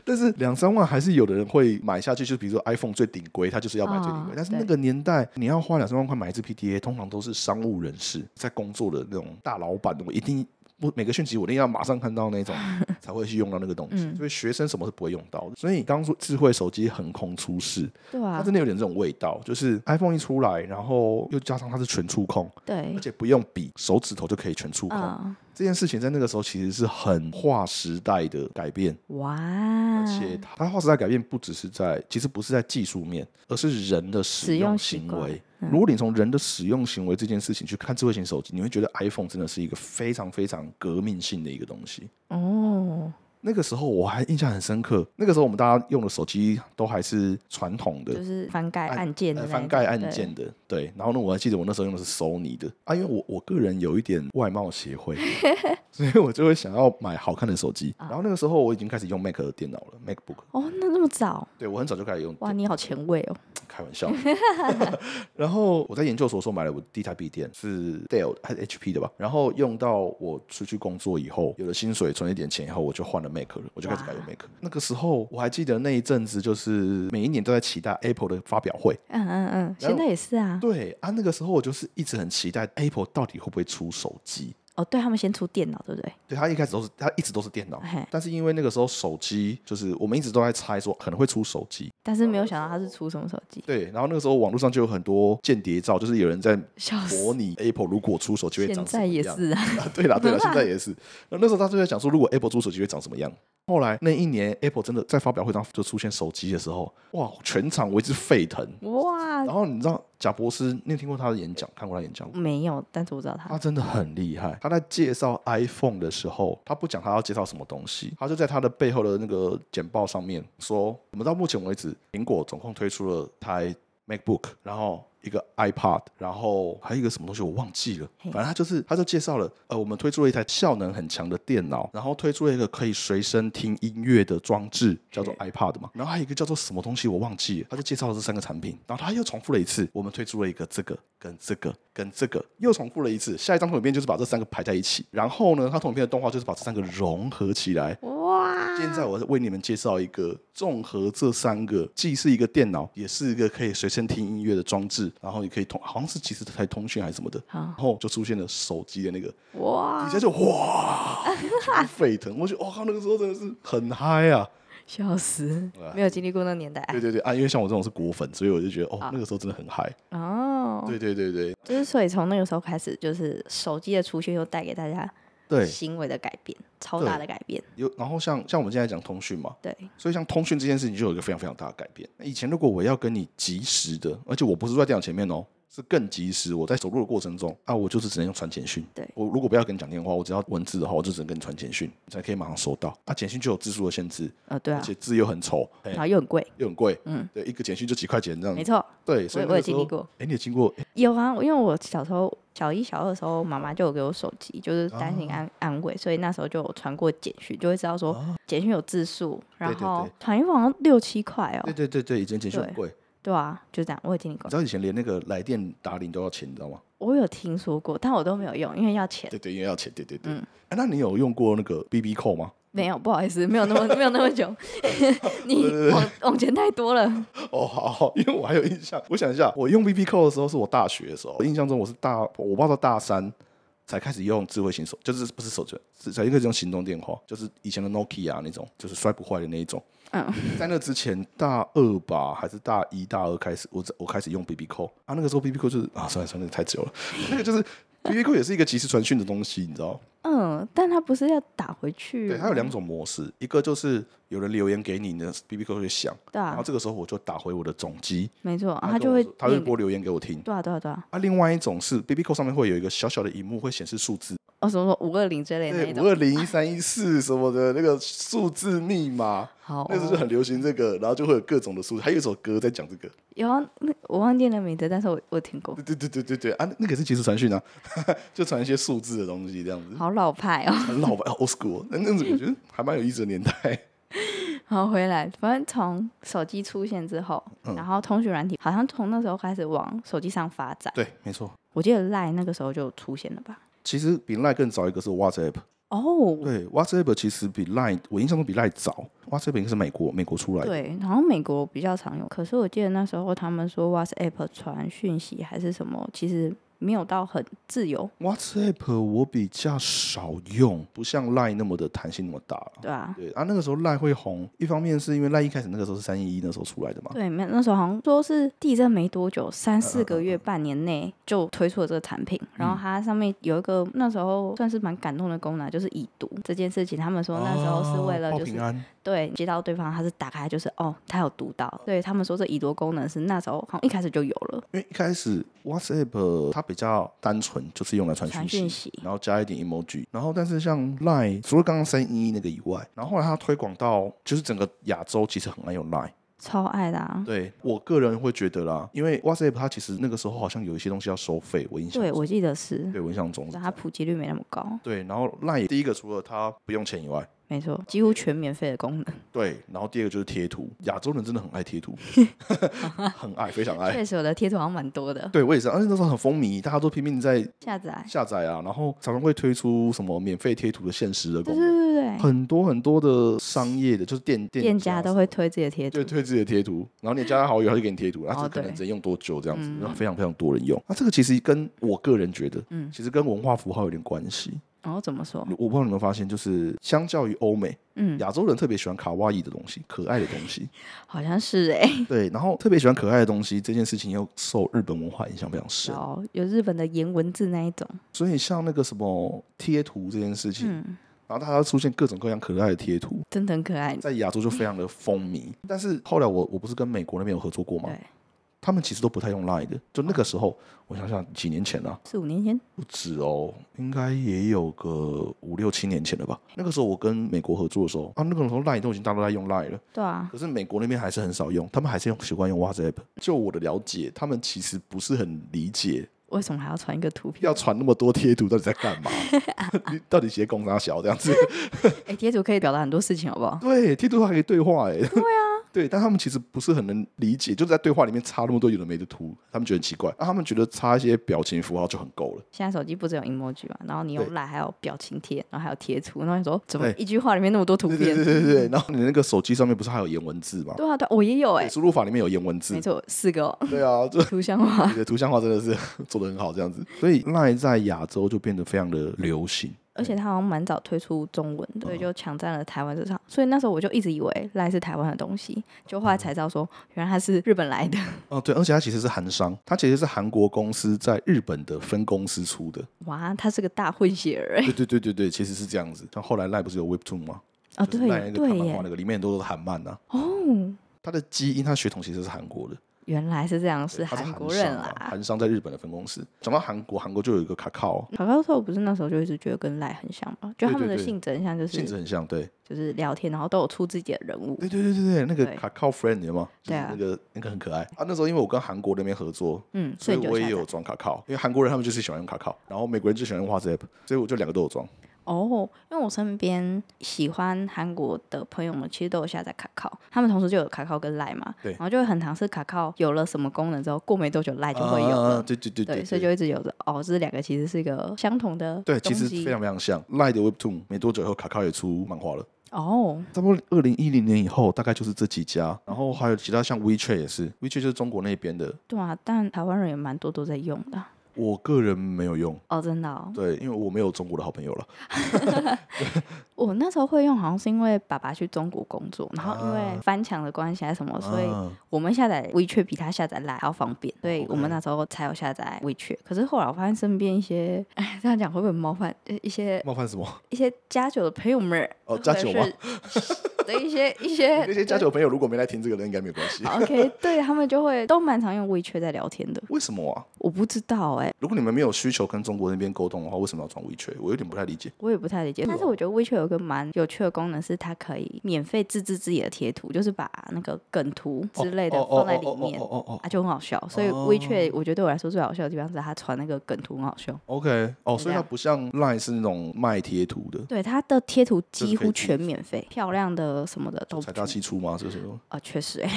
Speaker 1: 但是两三万还是有的人会买下去。就比如说 iPhone 最顶规，他就是要买最顶规。
Speaker 2: 哦
Speaker 1: 但是
Speaker 2: 对
Speaker 1: 那个年代，你要花两三万块买一支 PTA，通常都是商务人士在工作的那种大老板，我一定。不，每个讯息我一定要马上看到 那种，才会去用到那个东西。
Speaker 2: 嗯
Speaker 1: 所以学生什么是不会用到的。所以你刚刚说智慧手机横空出世，
Speaker 2: 对
Speaker 1: 它
Speaker 2: 啊，
Speaker 1: 真的有点这种味道，就是 iPhone 一出来，然后又加上它是全触控，
Speaker 2: 对
Speaker 1: 而，且不用笔，手指头就可以全触控。
Speaker 2: 嗯，
Speaker 1: 这件事情在那个时候其实是很划时代的改变，
Speaker 2: 哇，嗯
Speaker 1: 而且它它划时代改变不只是在，其实不是在技术面，而是人的使
Speaker 2: 使用
Speaker 1: 用
Speaker 2: 习
Speaker 1: 行
Speaker 2: 惯嗯
Speaker 1: 为。如果你从人的使用行为这件事情去看智慧型手机，你会觉得 iPhone 真的是一个非常非常革命性的一个东西。
Speaker 2: 哦，
Speaker 1: 那个时候我还印象很深刻，那个时候我们大家用的手机都还是传统的，
Speaker 2: 就是翻盖
Speaker 1: 按
Speaker 2: 按键的
Speaker 1: 呃
Speaker 2: 那一
Speaker 1: 翻
Speaker 2: 种
Speaker 1: 盖按键，的，对。然后呢，我还记得我那时候用的是 Sony 的啊，因为我我个人有一点外貌协 会，所以我就会想要买好看的手
Speaker 2: 啊
Speaker 1: 机。然后那个时候我已经开始用 Mac 的电脑了，MacBook。
Speaker 2: 对哦，那那么早，
Speaker 1: 对我很早就开始用，
Speaker 2: 哇，你好前卫哦，
Speaker 1: 开玩笑。 然后我在研究所的时候买了我第一台笔电，是 Dell 还是 HP 的吧？然后用到我出去工作以后，有了薪水存一点钱以后，我就换了 Mac 了，我就开始改用
Speaker 2: 哇
Speaker 1: Mac。那个时候我还记得那一阵子，就是每一年都在期待 Apple 的发表会。
Speaker 2: 嗯嗯嗯，
Speaker 1: 然后
Speaker 2: 现在也是啊，
Speaker 1: 对啊，那个时候我就是一直很期待 Apple 到底会不会出手机。
Speaker 2: 哦，对他们先出电脑，对不对？
Speaker 1: 对，它一开始都是它一直都是电脑
Speaker 2: 嘿，
Speaker 1: 但是因为那个时候手机就是我们一直都在猜说可能会出手机。
Speaker 2: 但是没有想到他是出什么手机，
Speaker 1: 对，然后那个时候网络上就有很多间谍照，就是有人在
Speaker 2: 笑死，
Speaker 1: 模拟 Apple 如果出手机会
Speaker 2: 现
Speaker 1: 长什
Speaker 2: 在
Speaker 1: 么
Speaker 2: 也
Speaker 1: 样。
Speaker 2: 是啊，
Speaker 1: 啊对啦对啦，现在也是。那那时候他就在讲说，如果 Apple 出手机会长什么样。后来那一年 Apple 真的在发表会上就出现手机的时候，哇，全场为之沸腾。
Speaker 2: 哇，
Speaker 1: 然后你知道贾博士，你有听过他的演讲，看过他演讲吗？
Speaker 2: 没有，但是我知道他
Speaker 1: 他真的很厉害。他在介绍 iPhone 的时候，他不讲他要介绍什么东西，他就在他的背后的那个简报上面说，我们到目前为止，苹果总共推出了台 MacBook，然后。一个 iPad，然后还有一个什么东西我忘记了，
Speaker 2: 嘿
Speaker 1: 反正他就是他就介绍了，呃，我们推出了一台效能很强的电脑，然后推出了一个可以随身听音乐的装置，叫做 iPad 嘛，然后还有一个叫做什么东西我忘记了，他就介绍了这三个产品，然后他又重复了一次，我们推出了一个这个跟这个跟这个，又重复了一次，下一张投影片就是把这三个排在一起，然后呢，他投影片的动画就是把这三个融合起来，
Speaker 2: 哇，
Speaker 1: 现在我为你们介绍一个综合这三个，既是一个电脑，也是一个可以随身听音乐的装置，然后也可以通，好像是即时台通讯还是什么的，然
Speaker 2: 好
Speaker 1: 后就出现了手机的那个，
Speaker 2: 哇
Speaker 1: 底，下就哇 全部沸腾，我觉得我靠，那个时候真的是很嗨啊！
Speaker 2: 笑死，没有经历过那年代
Speaker 1: 对对对啊，因为像我这种是果粉，所以我就觉得哦，那个时候真的很嗨。
Speaker 2: 哦。
Speaker 1: 对对对对
Speaker 2: 就是所以从那个时候开始，就是手机的出现又带给大家
Speaker 1: 对，
Speaker 2: 行为的改变，超大
Speaker 1: 对
Speaker 2: 的改变。
Speaker 1: 有然后像像我们现在讲通讯嘛，
Speaker 2: 对，
Speaker 1: 所以像通讯这件事情就有一个非常非常大的改变。以前如果我要跟你及时的，而且我不是坐在电脑前面哦，是更及时。我在走路的过程中啊，我就是只能用传简讯。
Speaker 2: 对
Speaker 1: 我如果不要跟你讲电话，我只要文字的话，我就只能跟你传简讯，你才可以马上收到。啊，简讯就有字数的限制，
Speaker 2: 呃，对
Speaker 1: 而
Speaker 2: 啊，
Speaker 1: 且哎字又很丑，嘿
Speaker 2: 然后又很贵，
Speaker 1: 又很贵。
Speaker 2: 嗯，
Speaker 1: 对，一个简讯就几块钱这样
Speaker 2: 没
Speaker 1: 子。
Speaker 2: 错，
Speaker 1: 对，所以
Speaker 2: 我
Speaker 1: 那
Speaker 2: 我
Speaker 1: 个
Speaker 2: 也
Speaker 1: 时
Speaker 2: 经
Speaker 1: 候
Speaker 2: 历过。
Speaker 1: 哎，你也经过？哎
Speaker 2: 有啊，因为我小时候小一、小二的时候，妈妈就有给我手机，就是
Speaker 1: 啊
Speaker 2: 担心安、安慰，所以那时候就有传过简讯，就会知道说、简讯有字数，然
Speaker 1: 啊对对
Speaker 2: 后
Speaker 1: 对
Speaker 2: 传一份好像六七块哦，
Speaker 1: 对对对对，以前简讯很
Speaker 2: 对
Speaker 1: 贵。
Speaker 2: 对啊，就这样，我也经历过
Speaker 1: 你知，道以前连那个来电打铃都要钱，你知道吗？
Speaker 2: 我有听说过，但我都没有用，因为要钱，
Speaker 1: 对对，因为要钱。对对对。
Speaker 2: 嗯
Speaker 1: 哎，那你有用过那个 BB 扣吗？
Speaker 2: 没有，不好意思，没有那么没有那么 久， 你往往前太多了，
Speaker 1: 哦，好好，因为我还有印象，我想一下，我用 B B 扣的时候是我大学的时候，我印象中我是大，我爸到大三才开始用智慧型手，就是不是手机，是才开始用行动电话，就是以前的 Nokia 那种，就是摔不坏的那一种。
Speaker 2: 嗯，
Speaker 1: 在那之前，大二吧还是大一、大二开始，我我开始用 B B 扣啊，那个时候 B B 扣就是啊，算了算了，太久了， 那个就是 B B 扣也是一个即时传讯的东西，你知道。
Speaker 2: 嗯，但他不是要打回去，
Speaker 1: 对，它有两，种模式，一个就是有人留言给你，你的 B B 扣会响，
Speaker 2: 对
Speaker 1: 然后
Speaker 2: 啊，
Speaker 1: 这个时候我就打回我的总机，
Speaker 2: 没错，
Speaker 1: 然
Speaker 2: 他
Speaker 1: 后
Speaker 2: 就
Speaker 1: 跟我
Speaker 2: 会
Speaker 1: 说他会
Speaker 2: 念
Speaker 1: 给我留言给我听。
Speaker 2: 对啊，对啊，对啊，
Speaker 1: 啊，另外一种是 B B Q 上面会有一个小小的荧幕，会显示数字，
Speaker 2: 哦，什么什么五二零之类的那
Speaker 1: 对，
Speaker 2: 一
Speaker 1: 五
Speaker 2: 种，
Speaker 1: 二零一三一四什么的那个数字密码，
Speaker 2: 好，哦
Speaker 1: 那时候就很流行这个，然后就会有各种的数字，还有一首歌在讲这个，
Speaker 2: 有啊，那我忘记了名字，但是我我听过，
Speaker 1: 对对对对对对啊，那个也是即时传讯啊， 就传一些数字的东西这样子，
Speaker 2: 好老派哦。
Speaker 1: 很老吧，old school，那那种我觉得还蛮有意思的年代，
Speaker 2: 好，回来，反正从手机出现之后，
Speaker 1: 嗯
Speaker 2: 然后通讯软体好像从那时候开始往手机上发展。
Speaker 1: 对，没错。
Speaker 2: 我记得 Line 那个时候就出现了吧？
Speaker 1: 其实比 Line 更早一个是 WhatsApp，
Speaker 2: 哦，
Speaker 1: 对，WhatsApp 其实比 Line 我印象中比 Line 早，WhatsApp 应该是美国美国出来的，
Speaker 2: 对，然后美国比较常用，可是我记得那时候他们说 WhatsApp 传讯息还是什么，其实没有到很自由，
Speaker 1: WhatsApp 我比较少用，不像 Line 那么的弹性那么大了。
Speaker 2: 对吧、
Speaker 1: 对啊，那个时候 Line 会红，一方面是因为 Line 一开始那个时候是三一一那时候出来的嘛，
Speaker 2: 对，没那时候好像说是地震没多久，三
Speaker 1: 嗯
Speaker 2: 四个月、半年内就推出了这个产品。然后它上面有一个那时候算是蛮感动的功能，就是已读这件事情。他们说那时候是为了
Speaker 1: 哦
Speaker 2: 就
Speaker 1: 报
Speaker 2: 是、
Speaker 1: 平安，
Speaker 2: 对接到对方，他是打开就是哦，他有读到。对他们说这已读功能是那时候好像一开始就有了，
Speaker 1: 因为一开始 WhatsApp 它比较单纯，就是用来传
Speaker 2: 传
Speaker 1: 讯
Speaker 2: 讯
Speaker 1: 息。
Speaker 2: 息。
Speaker 1: 然后加一点 emoji，然后但是像 Line 除了刚刚三一一那个以外，然后后来它推广到就是整个亚洲其实很爱用 Line，
Speaker 2: 超爱的啊！
Speaker 1: 对我个人会觉得啦，因为 WhatsApp 它其实那个时候好像有一些东西要收费，我印象
Speaker 2: 对，
Speaker 1: 中
Speaker 2: 我记得是，
Speaker 1: 对我印象中是这
Speaker 2: 但
Speaker 1: 样
Speaker 2: 它普及率没那么高，
Speaker 1: 对，然后 Line 第一个除了它不用钱以外，
Speaker 2: 没错，几乎全免费的功能，
Speaker 1: 对，然后第二个就是贴图，亚洲人真的很爱贴图， 很爱，非常爱。
Speaker 2: 确实我的贴图好像蛮多的，
Speaker 1: 对，我也是，而且那时候很风靡，大家都拼命在
Speaker 2: 下载，
Speaker 1: 下载啊，然后常常会推出什么免费贴图的限时的
Speaker 2: 对
Speaker 1: 功
Speaker 2: 对
Speaker 1: 能，
Speaker 2: 对对对，
Speaker 1: 很多很多的商业的，就是店店
Speaker 2: 店家都
Speaker 1: 什
Speaker 2: 会
Speaker 1: 么
Speaker 2: 推自己的贴图
Speaker 1: 对，推自己的贴图，然后你加他好友，他就给你贴图，然后
Speaker 2: 哦
Speaker 1: 可能
Speaker 2: 对
Speaker 1: 只能用多久这样子，
Speaker 2: 嗯
Speaker 1: 然后非常非常多人用。啊那这个其实跟我个人觉得，
Speaker 2: 嗯
Speaker 1: 其实跟文化符号有点关系。
Speaker 2: 然后哦怎么说？
Speaker 1: 我不知道你们有没有发现，就是相较于欧美，
Speaker 2: 嗯，
Speaker 1: 亚洲人特别喜欢卡哇伊的东西，可爱的东 西。
Speaker 2: 好像是哎、
Speaker 1: 对，然后特别喜欢可爱的东西，这件事情又受日本文化影响非常深。
Speaker 2: 有有日本的颜文字那一种，
Speaker 1: 所以像那个什么贴图这件事情，
Speaker 2: 嗯，
Speaker 1: 然然后它会出现各种各样可爱的贴图，
Speaker 2: 真的很可爱。
Speaker 1: 在亚洲就非常的风靡。但是后来我我不是跟美国那边有合作过吗？
Speaker 2: 对，
Speaker 1: 他们其实都不太用 Line 的。就那个时候，我想想几年前啊，
Speaker 2: 四五年前，
Speaker 1: 不止哦，应该也有个五六七年前了吧。那个时候我跟美国合作的时候啊，那个时候 Line 都已经大家都在用 Line 了，
Speaker 2: 对啊，
Speaker 1: 可是美国那边还是很少用，他们还是用习惯用 WhatsApp。就我的了解，他们其实不是很理解
Speaker 2: 为什么还要传一个图片？
Speaker 1: 要传那么多贴图到底在干 嘛，你到底写工啥小这样子。
Speaker 2: 哎，贴图可以表达很多事情，好不好？
Speaker 1: 对，贴图还可以对话哎、对啊，对，但他们其实不是很能理解，就是在对话里面插那么多有的没的图，他们觉得很奇怪，啊、他们觉得插一些表情符号就很够 了。
Speaker 2: 现在手机不只有 emoji 嘛，然后你
Speaker 1: 对
Speaker 2: 用来还有表情贴，然后还有贴图，然后你说怎么
Speaker 1: 对
Speaker 2: 一句话里面那么多图
Speaker 1: 对
Speaker 2: 片？
Speaker 1: 对对对对，然后你那个手机上面不是还有颜文字吗？
Speaker 2: 对啊，对啊，我也有哎、
Speaker 1: 对输入法里面有颜文字
Speaker 2: 没，错，四个、哦、
Speaker 1: 对啊，这
Speaker 2: 图像化，
Speaker 1: 你的图像化真的是 做的很好，这样子，所以 Line 在亚洲就变得非常的流行。
Speaker 2: 而且它好像蛮早推出中文
Speaker 1: 嗯
Speaker 2: 的，所以就抢占了台湾市场。所以那时候我就一直以为赖是台湾的东西，就
Speaker 1: 嗯
Speaker 2: 后来才知道说，原来它是日本来的。
Speaker 1: 哦，对，而且它其实是韩商，它其实是韩国公司在日本的分公司出的。
Speaker 2: 哇，它是个大混血儿哎、
Speaker 1: 对对对对对，其实是这样子。像后来 Line 不是有 Webtoon 吗？
Speaker 2: 哦，
Speaker 1: 就是
Speaker 2: 对
Speaker 1: Line 那
Speaker 2: 耶
Speaker 1: 个看
Speaker 2: 对
Speaker 1: 漫画
Speaker 2: 耶，
Speaker 1: 那个，里面很多都是韩漫呐、啊
Speaker 2: 哦，
Speaker 1: 它的基因，它的血统其实是韩国的，
Speaker 2: 原来是这样，
Speaker 1: 对它是
Speaker 2: 韩国
Speaker 1: 商
Speaker 2: 人
Speaker 1: 啊
Speaker 2: 啦。
Speaker 1: 韩商在日本的分公司。讲到韩国，韩国就有一个卡靠，哦
Speaker 2: 卡卡兽不是那时候就一直觉得跟赖很像嘛，就他们
Speaker 1: 对
Speaker 2: 的
Speaker 1: 对
Speaker 2: 性质很像，就
Speaker 1: 性质
Speaker 2: 是
Speaker 1: 很像，对，
Speaker 2: 就是聊天，然后都有出自己的人物。
Speaker 1: 对对对对对，那个
Speaker 2: 对
Speaker 1: 卡靠 friend 有吗？
Speaker 2: 对啊
Speaker 1: 就是那个那个很可爱啊。那时候因为我跟韩国那边合作，
Speaker 2: 嗯，
Speaker 1: 所
Speaker 2: 所
Speaker 1: 以
Speaker 2: 以你就
Speaker 1: 我也
Speaker 2: 下载
Speaker 1: 有装卡靠，因为韩国人他们就是喜欢用卡靠，然后美国人就喜欢用 WhatsApp，所以我就两个都有装。
Speaker 2: 哦，因为我身边喜欢韩国的朋友们，其实都有下载卡靠，他们同时就有卡靠跟赖嘛，
Speaker 1: 对
Speaker 2: 然后就会很常是卡靠有了什么功能之后，过没多久赖就会有
Speaker 1: 啊
Speaker 2: 了，
Speaker 1: 对对对
Speaker 2: 对，所以就一直有着哦，这两个其实是一个相同的
Speaker 1: 对，其
Speaker 2: 东
Speaker 1: 实
Speaker 2: 西
Speaker 1: 非常非常像。Line 的 Webtoon 没多久以后，卡靠也出漫画了。
Speaker 2: 哦，
Speaker 1: 差不多二零一零年以后，大概就是这几家，然后还有其他像 WeChat 也是，WeChat 就是中国那边的，
Speaker 2: 对啊，但台湾人也蛮多都在用的
Speaker 1: 我个人没有用。
Speaker 2: 哦，真的哦，
Speaker 1: 对，因为我没有中国的好朋友了。
Speaker 2: 我那时候会用好像是因为爸爸去中国工作，然后因为翻墙的关系还是什么，哦所以
Speaker 1: 啊
Speaker 2: 我们下载 WeChat 比他下载来还要方便，所以
Speaker 1: OK
Speaker 2: 我们那时候才有下载 WeChat。可是后来我发现身边一些， 哎，这样讲会不会很冒犯？呃一些
Speaker 1: 冒犯什 么？
Speaker 2: 一些家酒的朋友们儿，
Speaker 1: 哦
Speaker 2: 或者
Speaker 1: 家酒吗
Speaker 2: 是的一些 一些
Speaker 1: 那些家酒朋友如果没来听这个人，应该没有关 系。
Speaker 2: OK，对他们就会都蛮常用 WeChat 在聊天的。
Speaker 1: 为什么啊？
Speaker 2: 我不知道哎、
Speaker 1: 如果你们没有需求跟中国那边沟通的话，为什么要装 WeChat？我有点不太理解。
Speaker 2: 我也不太理
Speaker 1: 啊
Speaker 2: 解。但是我觉得 WeChat 有一个蛮有趣的功能，是它可以免费自制自己的贴图，就是把那个梗图之类的
Speaker 1: 哦
Speaker 2: 放在里面
Speaker 1: 哦。哦哦哦哦
Speaker 2: 啊，就很好笑，所以
Speaker 1: 哦
Speaker 2: WeChat 我觉得对我来说最好笑的地方是它传那个梗图很好笑。
Speaker 1: ，OK，哦，所以
Speaker 2: 这
Speaker 1: 它
Speaker 2: 样
Speaker 1: 不像 Line 是那种卖贴图的，
Speaker 2: 对，它的贴图
Speaker 1: 就是
Speaker 2: 几
Speaker 1: 可以
Speaker 2: 乎
Speaker 1: 自己
Speaker 2: 全免费，漂亮的什么的都
Speaker 1: 财大气粗吗？这是
Speaker 2: 啊，确实哎、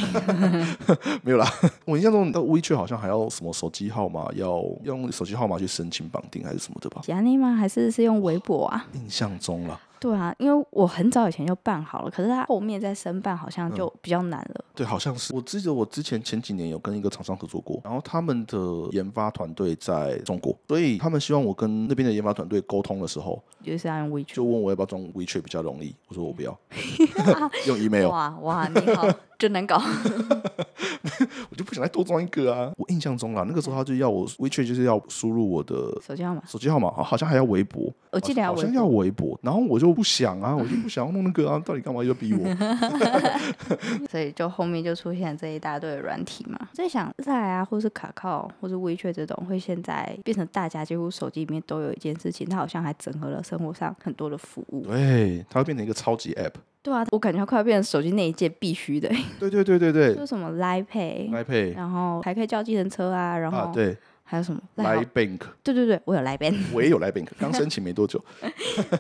Speaker 1: 没有啦。我印象中，到 WeChat 好像还要什么手机号码，要用手机号码去申请绑定还是什么的吧？
Speaker 2: 吉安妮吗？还是是用微博啊？
Speaker 1: 印象中啦，
Speaker 2: 对啊，因为我很早以前就办好了，可是它后面再申办好像
Speaker 1: 嗯
Speaker 2: 就比较难了。
Speaker 1: 对，好像是。我记得我之前前几年有跟一个厂商合作过，然后他们的研发团队在中国，所以他们希望我跟那边的研发团队沟通的时候，
Speaker 2: 就是要用 WeChat。
Speaker 1: 就问我要不要装 WeChat 比较容易。我说我不要，用 email，
Speaker 2: 哇哇，你好，真难搞。
Speaker 1: 我就不想再多装一个啊。我印象中啦，那个时候他就要我 WeChat 就是要输入我的。
Speaker 2: 手机号码，
Speaker 1: 手机号码好好像还要微博，
Speaker 2: 我记得要
Speaker 1: 好
Speaker 2: 微
Speaker 1: 像
Speaker 2: 博。
Speaker 1: 要微博，然后我就不想啊，我就不想要弄那个啊，到底干嘛要逼我？
Speaker 2: 所以就后面就出现这一大堆的软体嘛。在想赖啊，或是卡靠，或是 WeChat 这种，会现在变成大家几乎手机里面都有一件事情，它好像还整合了生活上很多的服务。
Speaker 1: 对，它会变成一个超级 app。
Speaker 2: 对啊，我感觉它快要变成手机那一件必须的、
Speaker 1: 对对对对对
Speaker 2: 就是什么 Line Pay，
Speaker 1: ，Line Pay
Speaker 2: 然后还可以叫计程车啊，然
Speaker 1: 啊，
Speaker 2: 后
Speaker 1: 对
Speaker 2: 还有什么 Line
Speaker 1: ，Line
Speaker 2: 好
Speaker 1: Bank，
Speaker 2: 对对对，我有 Line Pay，
Speaker 1: 我也有 Line Bank，刚申请没多久。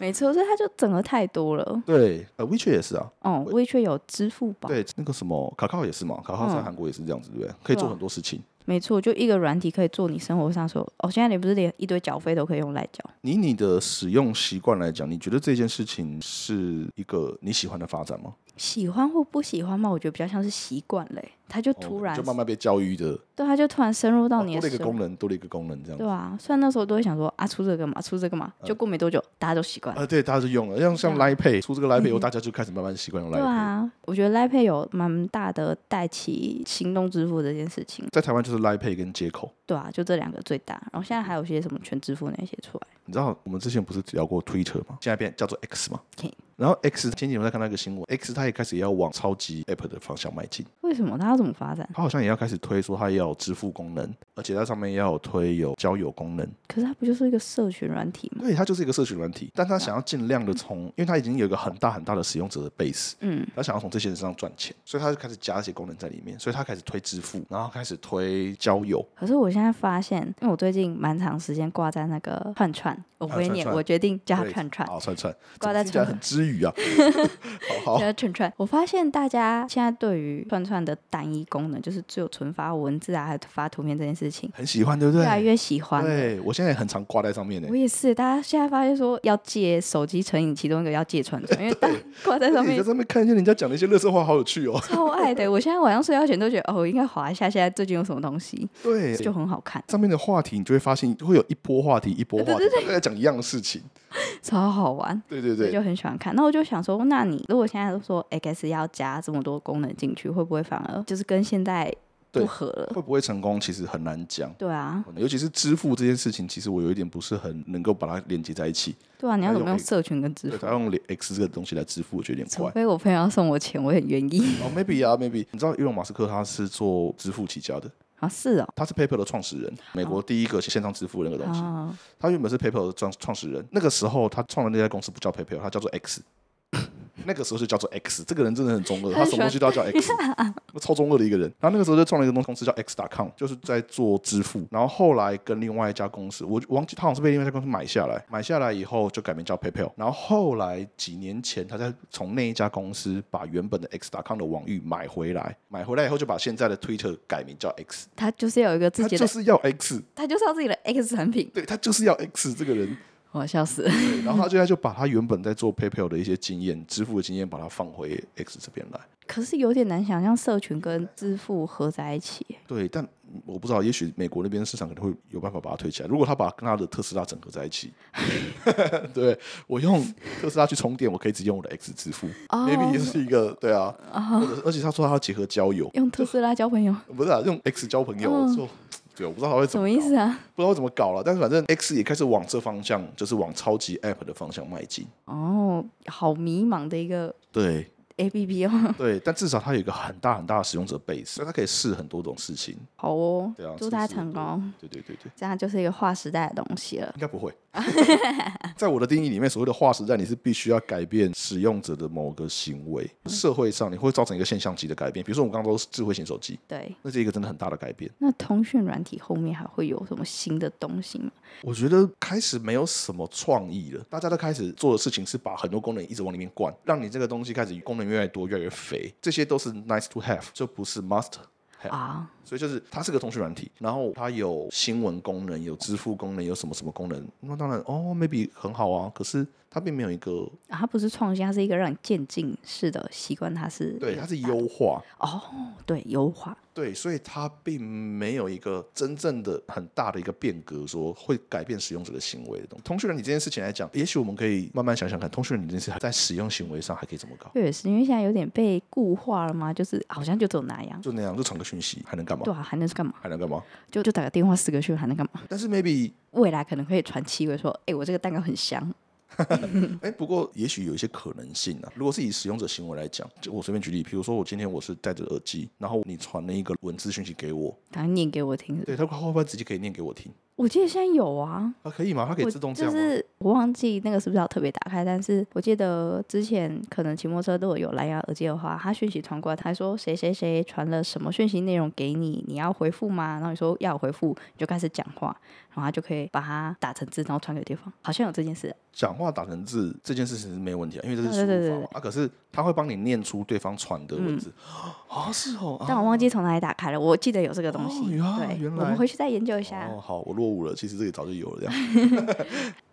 Speaker 2: 没错，所以它就整合太多了。
Speaker 1: 对，呃，WeChat 也是啊，
Speaker 2: 哦，WeChat 有支付宝，
Speaker 1: 对，那个什么卡靠也是嘛，卡靠在
Speaker 2: 嗯
Speaker 1: 韩国也是这样子，对不对？可以
Speaker 2: 对啊
Speaker 1: 做很多事情。
Speaker 2: 没错，就一个软体可以做你生活上所有。哦，现在你不是连一堆缴费都可以用来缴？
Speaker 1: 以你的使用习惯来讲，你觉得这件事情是一个你喜欢的发展吗？
Speaker 2: 喜欢或不喜欢嘛，我觉得比较像是习惯嘞，它就突
Speaker 1: 哦
Speaker 2: 然，
Speaker 1: 就慢慢被教育的，
Speaker 2: 对，它就突然深入到
Speaker 1: 哦
Speaker 2: 你
Speaker 1: 多了
Speaker 2: 的
Speaker 1: 一个
Speaker 2: 生活，
Speaker 1: 功能，多了一个功能这嗯样子
Speaker 2: 对。啊，虽然那时候都会想说啊，出这个干嘛，出这个干嘛，就过没多久大家都习惯了。
Speaker 1: 啊，对，大家就用了，像像
Speaker 2: 对嗯
Speaker 1: Line Pay 出这个 Line Pay 以后，大家就开始慢慢习惯用 Line
Speaker 2: 对
Speaker 1: Pay。
Speaker 2: 啊，我觉得 Line Pay 有蛮大的带起行动支付这件事情，
Speaker 1: 在台湾就是 Line Pay 跟接口，
Speaker 2: 对啊，就这两个最大，然后现在还有些什么全支付那些出来，
Speaker 1: 你知道我们之前不是聊过 Twitter 吗？现在变叫做 X 嘛。
Speaker 2: 嘿
Speaker 1: 然后 X 前几天我在看到一个新闻，X 它也开始也要往超级 App 的方向迈进，
Speaker 2: 为什么它要怎么发展？
Speaker 1: 它好像也要开始推说它要有支付功能，而且它上面要有推有交友功能。
Speaker 2: 可是它不就是一个社群软体吗？
Speaker 1: 对，它就是一个社群软体，但它想要尽量的从，因为它已经有一个很大很大的使用者的 base，
Speaker 2: 嗯，
Speaker 1: 他想要从这些人身上赚钱，所以他就开始加一些功能在里面，所以他开始推支付，然后开始推交友，
Speaker 2: 可是我现在发现，因为我最近蛮长时间挂在那个串串，我不会
Speaker 1: 啊串
Speaker 2: 念，
Speaker 1: 串
Speaker 2: 我决定叫它
Speaker 1: 对
Speaker 2: 串串。
Speaker 1: 好串串，
Speaker 2: 挂在
Speaker 1: 听起来
Speaker 2: 串
Speaker 1: 很知语啊，好好
Speaker 2: 叫它串串，我发现大家现在对于串串的单一功能，就是只有存发文字啊，还有发图片这件事情，
Speaker 1: 很喜欢，对不
Speaker 2: 越
Speaker 1: 对？
Speaker 2: 来越喜欢了。
Speaker 1: 对我现在也很常挂在上面呢
Speaker 2: 我。也是，大家现在发现说要戒手机成瘾，其中一个要戒串串，因为大家挂在上
Speaker 1: 哎你
Speaker 2: 面
Speaker 1: 在上面看一下人家讲的一些乐色话，好有趣哦。
Speaker 2: 超爱的。我现在晚上睡觉前都觉得，哦，我应该划一下，现在最近有什么东西，
Speaker 1: 对，
Speaker 2: 就很好看，
Speaker 1: 上面的话题，你就会发现会有一波话题，一
Speaker 2: 哎
Speaker 1: 波话题，大家在讲一样的事情。
Speaker 2: 超好玩。
Speaker 1: 对对
Speaker 2: 所以
Speaker 1: 对，
Speaker 2: 就很喜欢看。那我就想说，那你如果现在都说 X 要加这么多功能进去，会不会反而就是跟现在
Speaker 1: 对
Speaker 2: 不合了？
Speaker 1: 会不会成功，其实很难讲。
Speaker 2: 对啊，
Speaker 1: 尤其是支付这件事情，其实我有一点不是很能够把它连接在一起。
Speaker 2: 对啊，你要怎么
Speaker 1: 用
Speaker 2: 用
Speaker 1: X-
Speaker 2: 社群跟支
Speaker 1: 对，
Speaker 2: 付
Speaker 1: 他？用 X 这个东西来支付，我觉得有点
Speaker 2: 除
Speaker 1: 怪。
Speaker 2: 非我朋友要送我钱，我很愿意。
Speaker 1: 哦、m a y b e 啊，maybe，你知道伊隆马斯克他是做支付起家的，
Speaker 2: 啊，是哦，
Speaker 1: 他是 PayPal 的创始人，美国第一个线上支付的那个东西。
Speaker 2: 啊，
Speaker 1: 他原本是 PayPal 的创创始人，那个时候他创的那家公司不叫 PayPal，他叫做 X。那个时候就叫做 X，这个人真的很中二，他
Speaker 2: 他喜
Speaker 1: 什么东西都要叫 X，超中二的一个人。然后那个时候就创了一个公司叫 X.com，就是在做支付。然后后来跟另外一家公司，我我忘记他好像是被另外一家公司买下来，买下来以后就改名叫 PayPal。然后后来几年前，他在从那一家公司把原本的 X.com 的网域买回来，买回来以后就把现在的 Twitter 改名叫 X，
Speaker 2: 他就是要有一个自
Speaker 1: 他
Speaker 2: 己
Speaker 1: 就
Speaker 2: 的，
Speaker 1: 是要 X，
Speaker 2: 他就是要自己的 X 产品，
Speaker 1: 对他就是要 X 这个人。
Speaker 2: 我笑死了。
Speaker 1: 对然后他现在就把他原本在做 PayPal 的一些经验、支付的经验，把它放回 X 这边来。
Speaker 2: 可是有点难想象社群跟支付合在一起。
Speaker 1: 对，但我不知道，也许美国那边市场可能会有办法把它推起来。如果他把跟他的特斯拉整合在一 起， 对我用特斯拉去充电，我可以直接用我的 X 支付、
Speaker 2: 哦
Speaker 1: m a y b e 也是一个对啊。或者是而且他说他要结合交友，
Speaker 2: 用特斯拉交 朋友，
Speaker 1: 不是、啊、用 X 交朋友，我
Speaker 2: 嗯
Speaker 1: 就对，我不知道他会
Speaker 2: 什
Speaker 1: 怎
Speaker 2: 么
Speaker 1: 么
Speaker 2: 意
Speaker 1: 搞
Speaker 2: 思啊？
Speaker 1: 不知道怎么搞了。但是反正 X 也开始往这方向，就是往超级 App 的方向迈进。
Speaker 2: 哦，好迷茫的一个
Speaker 1: 对，
Speaker 2: A P P 哦。
Speaker 1: 对，但至少它有一个很大很大的使用者 base，所以它可以试很多种事情。
Speaker 2: 好哦
Speaker 1: 对啊，
Speaker 2: 祝他
Speaker 1: 是不是
Speaker 2: 成功。
Speaker 1: 对对对对，
Speaker 2: 这样就是一个划时代的东西了。
Speaker 1: 应该不会。在我的定义里面，所谓的划时代，你是必须要改变使用者的某个行为，社会上你会造成一个现象级的改变。比如说我们刚刚都是智慧型手机，
Speaker 2: 对，
Speaker 1: 那是一个真的很大的改变。
Speaker 2: 那通讯软体后面还会有什么新的东西吗？
Speaker 1: 我觉得开始没有什么创意了，大家都开始做的事情是把很多功能一直往里面灌，让你这个东西开始功能越来越多，越来越肥。这些都是 nice to have，就不是 must have。
Speaker 2: 啊，
Speaker 1: 所以就是它是个通讯软体，然后它有新闻功能，有支付功能，有什么什么功能。那当然哦，maybe 很好啊，可是它并没有一个
Speaker 2: 啊它不是创新，它是一个让你渐进式的习惯，它是
Speaker 1: 对，啊它是优化，
Speaker 2: 哦，对优化，
Speaker 1: 对，所以它并没有一个真正的很大的一个变革，说会改变使用者的行为的东西。通讯软体这件事情来讲，也许我们可以慢慢想想看，通讯软体这件事在使用行为上还可以怎么搞？
Speaker 2: 对，也是因为现在有点被固化了嘛，就是好像就只有那样。
Speaker 1: 就那样，就传个讯息，还能干嘛
Speaker 2: 对？啊，还能是干嘛？
Speaker 1: 还能干嘛？
Speaker 2: 就就打个电话，四个讯还能干嘛？
Speaker 1: 但是 maybe
Speaker 2: 未来可能可以传七个说，哎、我这个蛋糕很香，
Speaker 1: 哎，不过也许有一些可能性啊。如果是以使用者行为来讲，就我随便举例，比如说我今天我是戴着耳机，然后你传了一个文字讯息给我，
Speaker 2: 赶快念给我听。
Speaker 1: 对他会不会直接可以念给我听？
Speaker 2: 我记得现在有啊，
Speaker 1: 啊，可以吗？它可以
Speaker 2: 我
Speaker 1: 自动这
Speaker 2: 就
Speaker 1: 样吗？
Speaker 2: 是我忘记那个是不是要特别打开，但是我记得之前可能骑摩托车如果有蓝牙耳机的话，他讯息传过来，他说谁谁谁传了什么讯息内容给你，你要回复吗？然后你说要回复，你就开始讲话，然后他就可以把它打成字，然后传给对方，好像有这件事。
Speaker 1: 讲话打成字这件事情是没有问题啊，因为这是输
Speaker 2: 对对
Speaker 1: 入
Speaker 2: 对
Speaker 1: 法
Speaker 2: 对嗯
Speaker 1: 嘛。啊，可是他会帮你念出对方传的文字。 啊，是哦。啊
Speaker 2: 但我忘记从哪里打开了，我记得有这个东西。
Speaker 1: 哦呀
Speaker 2: 对，
Speaker 1: 原
Speaker 2: 我们
Speaker 1: 来
Speaker 2: 回去再研究一下。
Speaker 1: 哦，好，我落伍了。其实这里早就有了，这样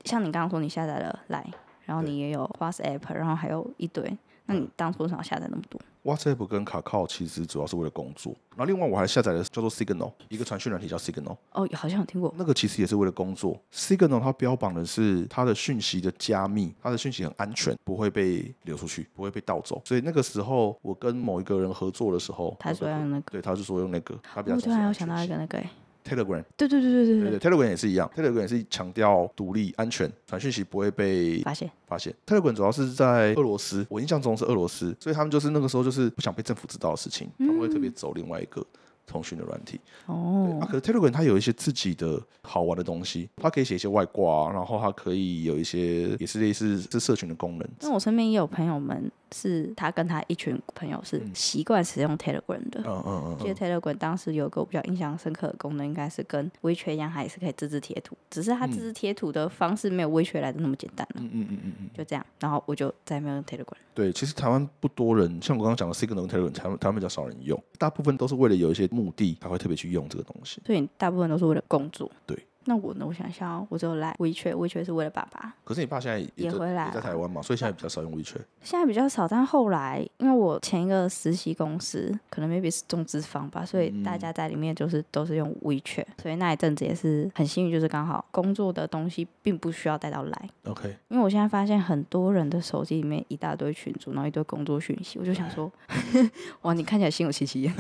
Speaker 2: 像你刚刚说你下载了来，然后
Speaker 1: 对嗯
Speaker 2: 你也有 WhatsApp，然后还有一堆，那你当初为什么要下载那么多？
Speaker 1: WhatsApp 跟卡靠其实主要是为了工作。然后另外我还下载了叫做 Signal 一个传讯软体叫 Signal，
Speaker 2: 哦，好像有听过。
Speaker 1: 那个其实也是为了工作。Signal 它标榜的是它的讯息的加密，它的讯息很安全，不会被流出去，不会被盗走。所以那个时候我跟某一个人合作的时候，
Speaker 2: 他说要用那个，
Speaker 1: 哦
Speaker 2: 哦
Speaker 1: 对，他就说用那个，他比较
Speaker 2: 我
Speaker 1: 相信
Speaker 2: 突然
Speaker 1: 安
Speaker 2: 又
Speaker 1: 全
Speaker 2: 想到一
Speaker 1: 性
Speaker 2: 个那个、欸
Speaker 1: Telegram，
Speaker 2: 对对对对
Speaker 1: 对对
Speaker 2: 对
Speaker 1: ，Telegram 也是一样，Telegram 也是强调独立、安全，传讯息不会被
Speaker 2: 对，发现
Speaker 1: 发现。Telegram 主要是在俄罗斯，我印象中是俄罗斯，所以他们就是那个时候就是不想被政府知道的事情，他们会特
Speaker 2: 嗯
Speaker 1: 别走另外一个。通讯的软体对
Speaker 2: 哦
Speaker 1: 啊，，可是 Telegram 它有一些自己的好玩的东西，它可以写一些外挂、啊，然后它可以有一些也是类似是社群的功能。
Speaker 2: 那我身边也有朋友们是他跟他一群朋友是习惯使用 Telegram 的。
Speaker 1: 嗯嗯嗯
Speaker 2: 记得
Speaker 1: 嗯，
Speaker 2: Telegram 当时有一个我比较印象深刻的功能，应该是跟 WeChat 一样，它也是可以自制贴图，只是它自
Speaker 1: 嗯
Speaker 2: 制贴图的方式没有 WeChat 来的那么简单了、嗯嗯嗯嗯嗯，就这样。然后我就再也没有用 Telegram。
Speaker 1: 对，其实台湾不多人，像我刚刚讲的 Signal 跟 Telegram，台湾台湾比较少人用，大部分都是为了有一些目的才会特别去用这个东西。
Speaker 2: 所以你大部分都是为了工作。
Speaker 1: 对。
Speaker 2: 那我呢？我想一下哦，我只有来 WeChat，WeChat 是为了爸爸。
Speaker 1: 可是你爸现在也
Speaker 2: 也
Speaker 1: 在
Speaker 2: 回来
Speaker 1: 也在台湾嘛，所以现在比较少用 WeChat。
Speaker 2: 现在比较少，但后来因为我前一个实习公司可能 maybe 是中资方吧，所以大家在里面就是都是用 WeChat，所以那一阵子也是很幸运，就是刚好工作的东西并不需要带到来。
Speaker 1: OK，
Speaker 2: 因为我现在发现很多人的手机里面一大堆群组，然后一堆工作讯息，我就想说， 哇，你看起来心有戚戚焉。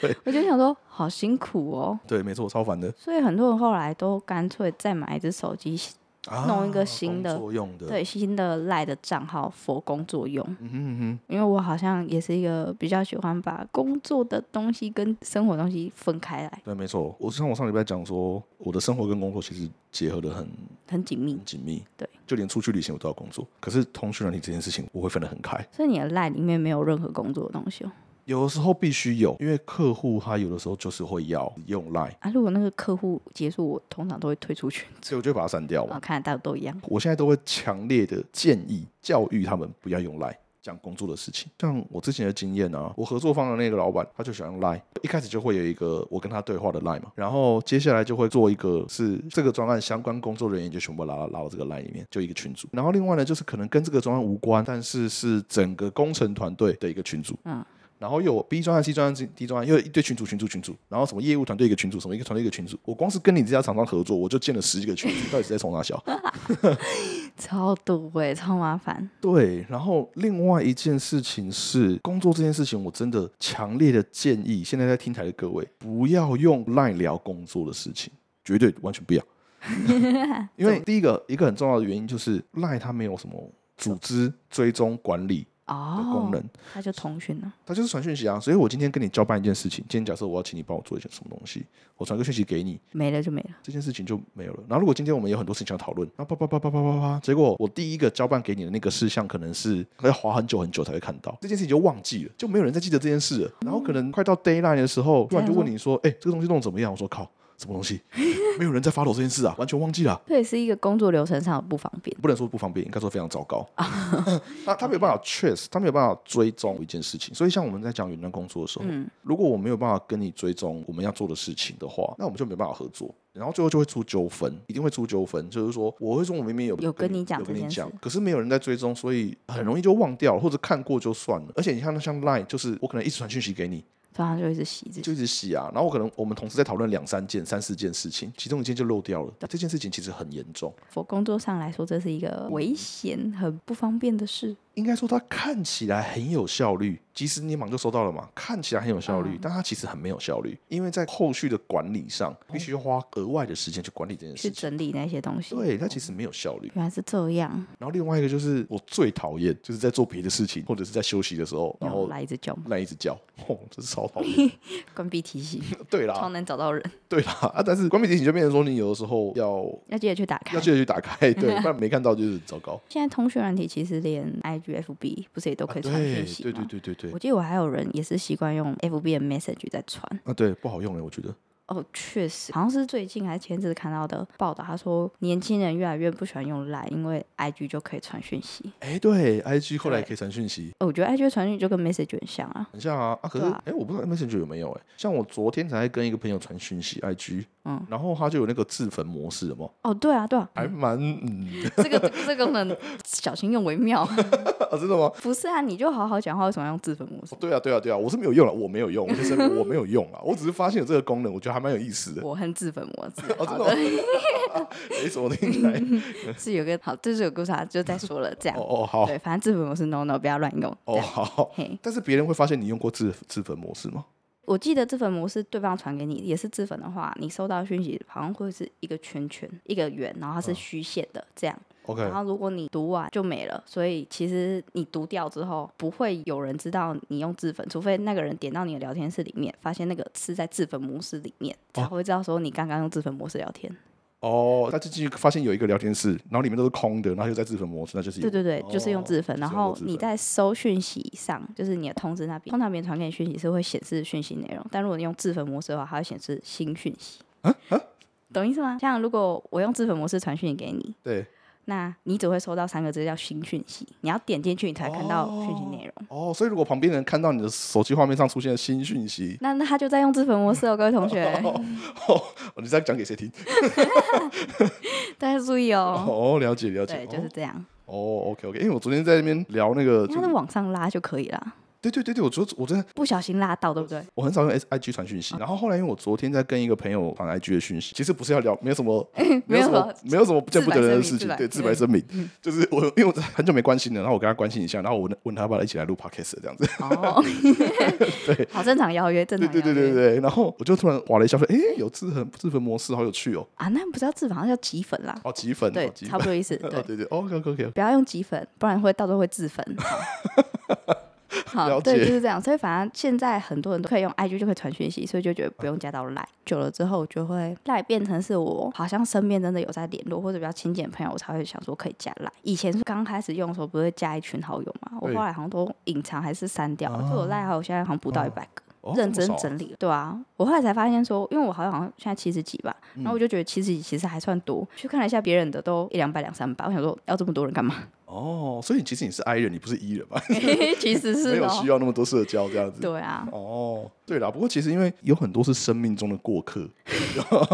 Speaker 2: 对，我就想说，好辛苦哦。
Speaker 1: 对，没错，我超烦的。
Speaker 2: 所以很多人后来都干脆再买一只手机，
Speaker 1: 啊
Speaker 2: 弄一个新的
Speaker 1: 工作用的，
Speaker 2: 对新的赖的账号佛工作用。
Speaker 1: 嗯哼嗯哼，
Speaker 2: 因为我好像也是一个比较喜欢把工作的东西跟生活东西分开来，
Speaker 1: 对，没错。我像我上礼拜讲说，我的生活跟工作其实结合的很
Speaker 2: 很紧密
Speaker 1: 很。紧密，
Speaker 2: 对，
Speaker 1: 就连出去旅行我都要工作。可是通讯软体这件事情，我会分得很开。
Speaker 2: 所以你的赖里面没有任何工作的东西哦。
Speaker 1: 有的时候必须有，因为客户他有的时候就是会要用 Line，
Speaker 2: 啊，如果那个客户结束，我通常都会退出群组，
Speaker 1: 所以我就会把它删掉
Speaker 2: 啊，
Speaker 1: 嘛。
Speaker 2: 看来大家都一样。
Speaker 1: 我现在都会强烈的建议教育他们不要用 Line。讲工作的事情，像我之前的经验啊，我合作方的那个老板，他就喜欢用 Line，一开始就会有一个我跟他对话的 Line 嘛，然后接下来就会做一个是这个专案相关工作人员就全部拉拉到这个 Line 里面，就一个群组，然后另外呢就是可能跟这个专案无关，但是是整个工程团队的一个群组，
Speaker 2: 嗯，
Speaker 1: 然后又有 B 专案、C 专案、D 专案，又有一堆群组、群组、群组，然后什么业务团队一个群组，什么一个团队一个群组。我光是跟你这家厂商合作，我就建了十几个群组，到底是在冲哪小？
Speaker 2: 超多哎、超麻烦。
Speaker 1: 对。然后另外一件事情是，工作这件事情，我真的强烈的建议现在在听台的各位，不要用赖聊工作的事情，绝对完全不要。因为第一个一个很重要的原因就是赖它没有什么组织追踪管理的功
Speaker 2: 哦
Speaker 1: 能，，
Speaker 2: 他就通讯了。
Speaker 1: 它就是传讯息啊。所以我今天跟你交办一件事情，今天假设我要请你帮我做一件什么东西，我传个讯息给你，
Speaker 2: 没了就没了，
Speaker 1: 这件事情就没有了。然后如果今天我们有很多事情要讨论，然后叭叭叭叭叭叭叭，结果我第一个交办给你的那个事项可能是要划很久很久才会看到，这件事情就忘记了，就没有人再记得这件事了。然后可能快到 d a y l i n e 的时候，突然就问你说：“哎、这个东西弄得怎么样？”我说：“靠，什么东西？没有人在发 w 这件事啊，完全忘记了啊、
Speaker 2: 这也是一个工作流程上的不方便。
Speaker 1: 不能说不方便，应该说非常糟糕。 那他没有办法 trace，他没有办法追踪一件事情。所以像我们在讲云端工作的时候，
Speaker 2: 嗯
Speaker 1: 如果我没有办法跟你追踪我们要做的事情的话，那我们就没办法合作。然后最后就会出纠纷，一定会出纠纷。就是说，我会说我明明有
Speaker 2: 有跟你讲
Speaker 1: 有跟
Speaker 2: 这
Speaker 1: 你
Speaker 2: 件
Speaker 1: 讲
Speaker 2: 事，
Speaker 1: 可是没有人在追踪，所以很容易就忘掉了，或者看过就算了。而且你看，像 Line，就是我可能一直传讯息给你，
Speaker 2: 通常就一直洗自己。
Speaker 1: 就一直洗啊。然后我可能我们同时在讨论两三件、三四件事情，其中一件就漏掉了。这件事情其实很严重。
Speaker 2: 我工作上来说，这是一个危险、很不方便的事。
Speaker 1: 应该说它看起来很有效率，即使你马上就收到了嘛，看起来很有效
Speaker 2: 嗯
Speaker 1: 率，但它其实很没有效率，因为在后续的管理上必须要花额外的时间去管理这件
Speaker 2: 哦去
Speaker 1: 事情。
Speaker 2: 整理那些东西。
Speaker 1: 对，它其实没有效率。
Speaker 2: 原来是这样，
Speaker 1: 然后另外一个就是我最讨厌，就是在做别的事情或者是在休息的时候，然
Speaker 2: 然后
Speaker 1: 后
Speaker 2: 来一直叫，
Speaker 1: 赖一直 叫，哦，这是超讨厌。
Speaker 2: 关闭提醒，
Speaker 1: 对
Speaker 2: 超
Speaker 1: 啦，
Speaker 2: 难找到人，
Speaker 1: 对啦，啊，但是关闭提醒就变成说你有的时候要
Speaker 2: 要记得去打开
Speaker 1: 要。记得去打开， 对，不然没看到就是很糟糕。
Speaker 2: 现在通讯软体其实连 IGFB 不是也都可以
Speaker 1: 对
Speaker 2: 传讯
Speaker 1: 啊
Speaker 2: 息
Speaker 1: 对
Speaker 2: 吗
Speaker 1: 对？对对对
Speaker 2: 我，记得我还有人也是习惯用 FB 的 message 在传
Speaker 1: 啊对，不好用了，我觉得。
Speaker 2: 哦，确实，好像是最近还是前阵子看到的报道，他说年轻人越来越不喜欢用 Line，因为 IG 就可以传讯息。
Speaker 1: 哎，对，IG 后来
Speaker 2: 对
Speaker 1: 可以传讯息，
Speaker 2: 哦我觉得 IG 传讯息就跟 message 很像啊，
Speaker 1: 很像啊啊！可是
Speaker 2: 对
Speaker 1: 哎、
Speaker 2: 啊
Speaker 1: 诶我不知道 Messenger 有没有哎、像我昨天才跟一个朋友传讯息 IG，
Speaker 2: 嗯
Speaker 1: 然后他就有那个自焚模式，有没有？
Speaker 2: 哦，对啊，对啊，
Speaker 1: 还蛮嗯、
Speaker 2: 这个这个功能小心用为妙。
Speaker 1: 啊，真的吗？
Speaker 2: 不是啊，你就好好讲话，为什么要用自焚模式
Speaker 1: 哦？对啊，对啊，对啊，我是没有用了，我没有用，我就声明我没有用啊，我只是发现有这个功能，我觉得还蛮有意思的。
Speaker 2: 我恨自焚模式。
Speaker 1: 哦，真的吗？ 哎，怎么听起来？
Speaker 2: 是有个好，这是有故事啊，就再说了这样。
Speaker 1: 哦哦，好，
Speaker 2: 对，反正自焚模式 no no，不要乱用。
Speaker 1: 哦好。
Speaker 2: 嘿，
Speaker 1: 但是别人会发现你用过自自焚模式吗？
Speaker 2: 我记得自粉模式对方传给你也是自粉的话，你收到讯息好像会是一个圈圈一个圆，然后它是虚线的这样。
Speaker 1: OK，
Speaker 2: 然后如果你读完就没了，所以其实你读掉之后，不会有人知道你用自粉，除非那个人点到你的聊天室里面，发现那个是在自粉模式里面，才会知道说你刚刚用自粉模式聊天。
Speaker 1: 哦，他就进去发现有一个聊天室，然后里面都是空的，然后又在自焚模式，那就是有
Speaker 2: 对对对，就是用自粉。
Speaker 1: 哦
Speaker 2: 然
Speaker 1: 是用
Speaker 2: 后
Speaker 1: 自
Speaker 2: 你
Speaker 1: 焚
Speaker 2: 在收讯息上，就是你的通知那边，通常别人传给你讯息是会显示讯息内容，但如果你用自粉模式的话，它会显示新讯息。
Speaker 1: 啊
Speaker 2: 懂意思吗？像如果我用自粉模式传讯息给你，
Speaker 1: 对
Speaker 2: 那你只会收到三个字叫新讯息，你要点进去你才看到讯息内容。
Speaker 1: 哦，所以如果旁边的人看到你的手机画面上出现了新讯息，
Speaker 2: 那那他就在用自粉模式哦，各位同学，
Speaker 1: 哦你在讲给谁听？
Speaker 2: 大家注意哦。
Speaker 1: 哦，了解了解，
Speaker 2: 对，就是这样，
Speaker 1: 哦，OK OK，因为我昨天在那边聊那个，
Speaker 2: 因为它是往上拉就可以了，
Speaker 1: 对对对对，我昨我真的
Speaker 2: 不小心拉到，对 不对？
Speaker 1: 我很少用 S I G 传讯息，
Speaker 2: 哦
Speaker 1: 然后后来因为我昨天在跟一个朋友传 I G 的讯息，其实不是要聊，没有什么
Speaker 2: 没有
Speaker 1: 什
Speaker 2: 什
Speaker 1: 么
Speaker 2: 么
Speaker 1: 没有什么见不得人的事
Speaker 2: 自
Speaker 1: 情，
Speaker 2: 白声明嗯
Speaker 1: 对，自
Speaker 2: 自
Speaker 1: 白
Speaker 2: 白
Speaker 1: 声明，就是我因为我很久没关心了，然后我跟他关心一下，然后我问问他要不要一起来录 podcast 这样子。
Speaker 2: 哦，对， 好正常邀约，正
Speaker 1: 对
Speaker 2: 常邀
Speaker 1: 对
Speaker 2: 约。
Speaker 1: 对对对，然后我就突然划了一下，说：“哎，有自焚自焚模式，好有趣哦！
Speaker 2: 啊，那不是叫自粉，那叫挤粉啦。
Speaker 1: 哦，挤粉，
Speaker 2: 对
Speaker 1: 哦，挤
Speaker 2: 差
Speaker 1: 粉，
Speaker 2: 不多 意思。
Speaker 1: 哦
Speaker 2: 对，
Speaker 1: 对对，OK OK OK，
Speaker 2: 不要用挤粉，不然会到时候会自粉。 好，
Speaker 1: 了
Speaker 2: 好
Speaker 1: 解
Speaker 2: 对，就是这样。所以反正现在很多人都可以用 IG 就可以传讯息，所以就觉得不用加到赖。久了之后，我就会赖变成是我好像身边真的有在联络或者比较亲近的朋友，我才会想说可以加赖。以前是刚开始用的时候，不是加一群好友嘛？我
Speaker 1: 对
Speaker 2: 后来好像都隐藏还是删掉了，就我赖好友现在好像不到一百个。
Speaker 1: 哦
Speaker 2: 认真，
Speaker 1: 这么少
Speaker 2: 整理了。对啊，我后来才发现说，因为我好像好像现在七十几吧，然后
Speaker 1: 嗯
Speaker 2: 我就觉得七十几其实还算多。去看了一下别人的都一两百、两三百，我想说要这么多人干嘛？
Speaker 1: 哦，所以其实你是 I 人，你不是 E 人吧？
Speaker 2: 其实
Speaker 1: 没
Speaker 2: 是
Speaker 1: 有
Speaker 2: 哦
Speaker 1: 需，要那么多社交这样子。
Speaker 2: 对啊，
Speaker 1: 哦，对啦，不过其实因为有很多是生命中的过客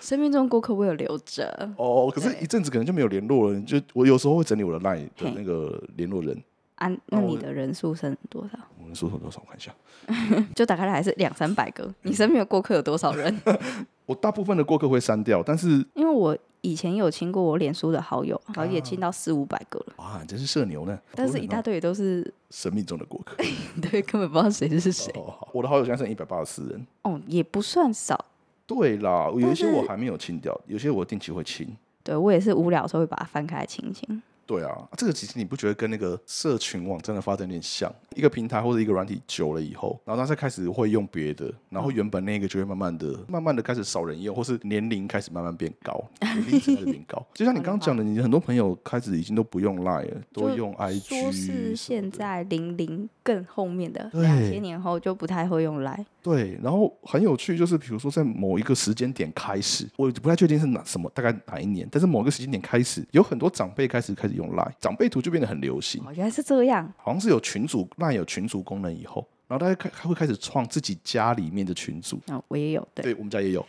Speaker 2: 生命中过客我有留着。啊
Speaker 1: 哦，可是
Speaker 2: 对
Speaker 1: 一阵子可能就没有联络了，就我有时候会整理我的 line 的
Speaker 2: 嘿
Speaker 1: 那个联络人，
Speaker 2: 啊，那
Speaker 1: 哦我
Speaker 2: 你的人数剩多少？
Speaker 1: 我们说说多少，我看一下，
Speaker 2: 就打开来还是两三百个。你身边的过客有多少人？
Speaker 1: 我大部分的过客会删掉，但是
Speaker 2: 因为我以前有亲过我脸书的好友，然后也
Speaker 1: 啊
Speaker 2: 亲到四五百个了，
Speaker 1: 啊，你真是社牛呢，
Speaker 2: 但是一大
Speaker 1: 大
Speaker 2: 堆也都是
Speaker 1: 生命中的过客。
Speaker 2: 对，根本不知道谁是谁。
Speaker 1: 哦，好我的好友现在剩一百八十四人。
Speaker 2: 哦，也不算少。
Speaker 1: 对啦，有一
Speaker 2: 但
Speaker 1: 些我
Speaker 2: 是
Speaker 1: 还没有清掉，有些我定期会清。
Speaker 2: 对我也是无聊的时候会把它翻开来清一清。
Speaker 1: 对啊，这个其实你不觉得跟那个社群网站的发展有点像？一个平台或者一个软体久了以后，然后它再开始会用别的，然
Speaker 2: 嗯
Speaker 1: 后原本那个就会慢慢的、慢慢的开始少人用，或是年龄开始慢慢变高，年龄层开始变 高。就像你刚刚讲的，你很多朋友开始已经都不用 Line 了，都
Speaker 2: 就
Speaker 1: 用
Speaker 2: 说是
Speaker 1: IG 什
Speaker 2: 现
Speaker 1: 么的。
Speaker 2: 在零零更后面的
Speaker 1: 对
Speaker 2: 两千年后就不太会用来，
Speaker 1: 对，然后很有趣，就是比如说在某一个时间点开始，我不太确定是哪什么，大概哪一年，但是某个时间点开始，有很多长辈开始开始用 Line，长辈图就变得很流行，
Speaker 2: 哦，原来是这样，
Speaker 1: 好像是有群组 Line 有群组功能以后，然后大家开会开始创自己家里面的群组。
Speaker 2: 哦，我也有，对，
Speaker 1: 对我们家也 有，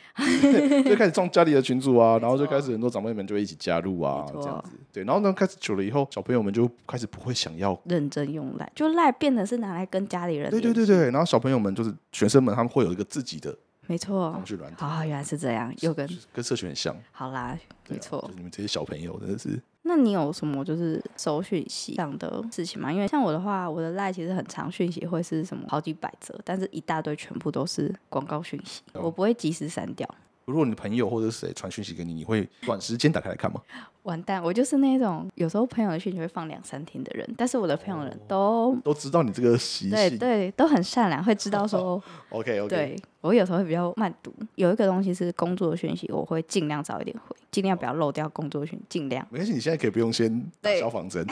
Speaker 1: 就开始创家里的群组啊，然后就开始很多长辈们就会一起加入啊，
Speaker 2: 没
Speaker 1: 这
Speaker 2: 错
Speaker 1: 样子。对，然后呢，开始久了以后，小朋友们就开始不会想要
Speaker 2: 认真用来，就赖变得是拿来跟家里人，
Speaker 1: 对对，对对，然后小朋友们就是学生们，他们会有一个自己的
Speaker 2: 没错
Speaker 1: 工，具软体，
Speaker 2: 啊、原来是这样，又跟
Speaker 1: 跟社群很像。
Speaker 2: 好啦，
Speaker 1: 对
Speaker 2: 没
Speaker 1: 啊
Speaker 2: 错
Speaker 1: 就。是你们这些小朋友真的是
Speaker 2: 那你有什么就是收讯息上的事情吗？因为像我的话，我的赖其实很长，讯息会是什么好几百则，但是一大堆全部都是广告讯息，
Speaker 1: 哦
Speaker 2: 我不会及时删掉。
Speaker 1: 如果你朋友或者是谁传讯息给你，你会短时间打开来看吗？
Speaker 2: 完蛋，我就是那种有时候朋友的讯息会放两三天的人，但是我的朋友人都、
Speaker 1: 都知道你这个习
Speaker 2: 对
Speaker 1: 性。
Speaker 2: 对都很善良，会知道说
Speaker 1: OK OK。
Speaker 2: 对我有时候会比较慢读。有一个东西是工作的讯息，我会尽量早一点回，尽量不要漏掉工作讯，尽量。
Speaker 1: 没关系，你现在可以不用先打
Speaker 2: 对
Speaker 1: 消防 针。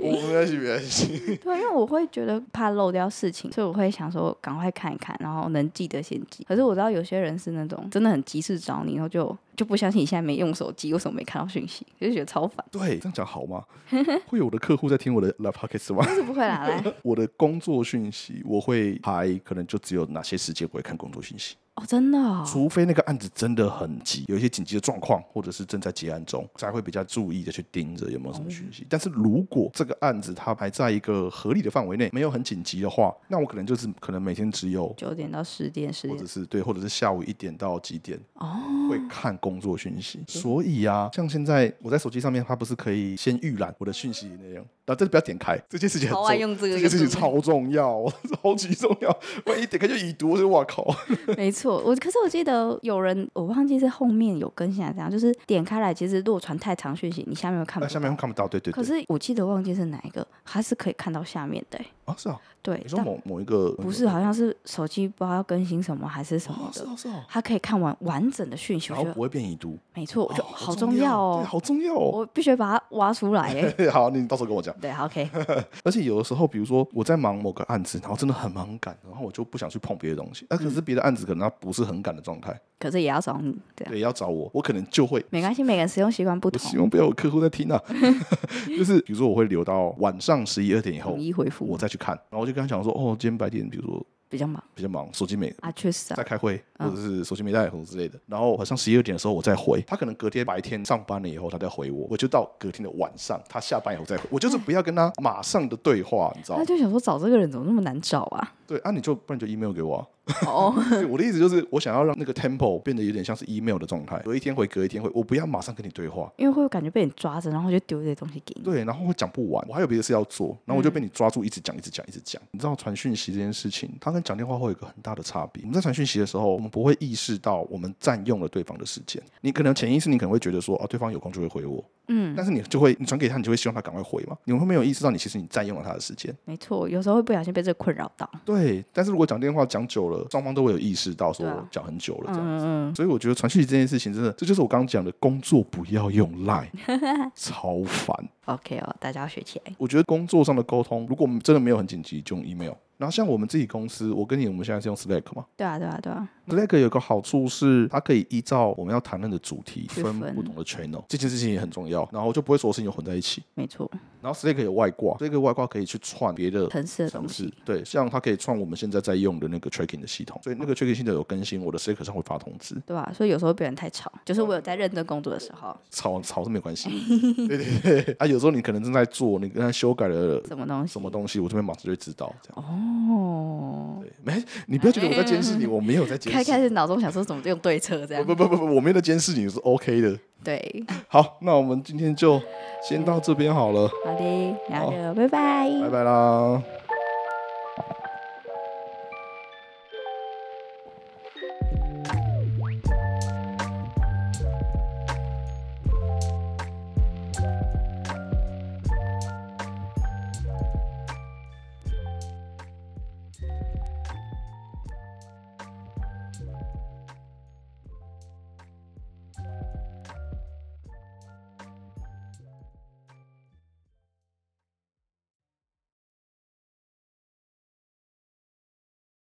Speaker 1: 我没关系，没关系。
Speaker 2: 对，因为我会觉得怕漏掉事情，所以我会想说赶快看一看，然后能记得先记。可是我知道有些人是那种真的很急事找你，然后就就不相信你现在没用手机，为什么没看到讯息，就觉得超烦。
Speaker 1: 对，这样讲好吗？ 会有我的客户在听我的 Love Pockets 吗？
Speaker 2: 但是不会啦，来
Speaker 1: 我的工作讯息我会还可能就只有哪些时间我会看工作讯息。
Speaker 2: 哦，真的、哦，
Speaker 1: 除非那个案子真的很急，有一些紧急的状况，或者是正在结案中，才会比较注意的去盯着有没有什么讯
Speaker 2: 哦
Speaker 1: 息。但是如果这个案子它还在一个合理的范围内，没有很紧急的话，那我可能就是可能每天只有，
Speaker 2: 九点到十点，十
Speaker 1: 或者
Speaker 2: 点
Speaker 1: 是对，或者是下午一点到几点
Speaker 2: 哦，
Speaker 1: 会看工作讯息。所以啊，像现在我在手机上面，它不是可以先预览我的讯息内容？但这不要点开，这件事情很
Speaker 2: 好
Speaker 1: 重
Speaker 2: 爱用这个
Speaker 1: 这件事情
Speaker 2: 用这个
Speaker 1: 超重要， 超级重要。万一点开就已读，我就哇靠！
Speaker 2: 没错。我可是我记得有人，我忘记是后面有更新还是怎样，就是点开来，其实如果传太长讯息，你下面会看
Speaker 1: 那、
Speaker 2: 不
Speaker 1: 啊下
Speaker 2: 到。
Speaker 1: 面看不到，对对
Speaker 2: 可
Speaker 1: 对。
Speaker 2: 是我记得忘记是哪一个，它是可以看到下面的欸、
Speaker 1: 啊，是啊，
Speaker 2: 对
Speaker 1: 你，说
Speaker 2: 但
Speaker 1: 某某一个
Speaker 2: 不是，好像是手机不知道要更新什么还是什么
Speaker 1: 啊，是
Speaker 2: 的，
Speaker 1: 啊是啊，
Speaker 2: 它可以看完完整的讯息。
Speaker 1: 然
Speaker 2: 我
Speaker 1: 后
Speaker 2: 觉得
Speaker 1: 不会变已读，
Speaker 2: 没错，我觉得
Speaker 1: 哦
Speaker 2: 好
Speaker 1: 重
Speaker 2: 重要
Speaker 1: 对
Speaker 2: 哦，
Speaker 1: 好重要哦。
Speaker 2: 我必须把它挖出来哎、
Speaker 1: 好，你到时候跟我讲。
Speaker 2: 对好，OK，
Speaker 1: 而且有的时候，比如说我在忙某个案子，然后真的很忙很赶，然后我就不想去碰别的东西。那、啊
Speaker 2: 嗯
Speaker 1: 可是别的案子可能它不是很赶的状态，
Speaker 2: 可是也要找你，对啊，哦
Speaker 1: 对，要找我，我可能就会
Speaker 2: 没关系，每个人使用习惯不
Speaker 1: 我
Speaker 2: 同，
Speaker 1: 希望不要有客户在听 啊。就是比如说，我会留到晚上十一二点以后
Speaker 2: 统，一回
Speaker 1: 我
Speaker 2: 复
Speaker 1: 再去看。然后我就跟他讲说，哦，今天白天比如说
Speaker 2: 比较忙
Speaker 1: 比较忙，手机没
Speaker 2: 啊，确实啊
Speaker 1: 在，开会，
Speaker 2: 嗯
Speaker 1: 或者是手机没带什么之类的。然后晚上十一二点的时候我再回，他可能隔天白天上班了以后他再回我，我就到隔天的晚上他下班以后再回，我就是不要跟他马上的对话，你知道
Speaker 2: 那？就想说找这个人怎么那么难找啊？
Speaker 1: 对啊，你就不然就 email 给我、啊。
Speaker 2: 哦，
Speaker 1: 对我的意思就是，我想要让那个 tempo 变得有点像是 email 的状态，隔一天回，隔一天回，我不要马上跟你对话。
Speaker 2: 因为会感觉被你抓着，然后就丢这些东西给你。
Speaker 1: 对，然后会讲不完，我还有别的事要做，然后
Speaker 2: 嗯
Speaker 1: 我就被你抓住，一直讲，一直讲，一直讲。你知道传讯息这件事情，它跟讲电话会有一个很大的差别。我们在传讯息的时候，我们不会意识到我们占用了对方的时间。你可能潜意识，你可能会觉得说，哦，对方有空就会回我，
Speaker 2: 嗯，
Speaker 1: 但是你就会你传给他，你就会希望他赶快回嘛。你会没有意识到，你其实你占用了他的时间。
Speaker 2: 没错，有时候会不小心被这困扰到。
Speaker 1: 对，但是如果讲电话讲久了，双方都会有意识到说
Speaker 2: 对啊
Speaker 1: 讲很久了
Speaker 2: 嗯
Speaker 1: 这样。
Speaker 2: 嗯，嗯
Speaker 1: 所以我觉得传讯息这件事情，真的，这就是我刚刚讲的工作不要用 赖，超烦。
Speaker 2: ，OK 哦，大家要学起来。
Speaker 1: 我觉得工作上的沟通，如果我们真的没有很紧急，就用 email。然后像我们自己公司，我跟你我们现在是用 Slack 嘛
Speaker 2: 对啊，对啊，对啊，
Speaker 1: ，Slack 有个好处是，它可以依照我们要谈论的主题
Speaker 2: 去
Speaker 1: 分
Speaker 2: 分
Speaker 1: 不同的 channel，这件事情也很重要，然后就不会所有事情都混在一起。
Speaker 2: 没错，
Speaker 1: 然后 Slack 有外挂，Slack 外挂可以去串别的
Speaker 2: 城市的
Speaker 1: 城
Speaker 2: 东
Speaker 1: 市
Speaker 2: 西，，
Speaker 1: 对，像它可以串我们现在在用的那个 tracking 的系统，所以那个 tracking 系统有更新，我的 Slack 上会发通知，
Speaker 2: 对吧、啊所以有时候别人太吵，就是我有在认真工作的时候，
Speaker 1: 吵吵是没有关系。 对对对，啊，有时候你可能正在做，你跟他修改了
Speaker 2: 什么东西？
Speaker 1: 什么东西，我这边马上就会知道这样。
Speaker 2: 哦，
Speaker 1: 没，你不要觉得我在监 视你，我没有在监
Speaker 2: 开开
Speaker 1: 视。
Speaker 2: 始脑中想说怎么用对策这样
Speaker 1: 不。不不不不，我没有在监视你是 OK 的。
Speaker 2: 对，
Speaker 1: 好，那我们今天就先到这边好了，
Speaker 2: 好的，然后就拜拜
Speaker 1: 拜拜啦。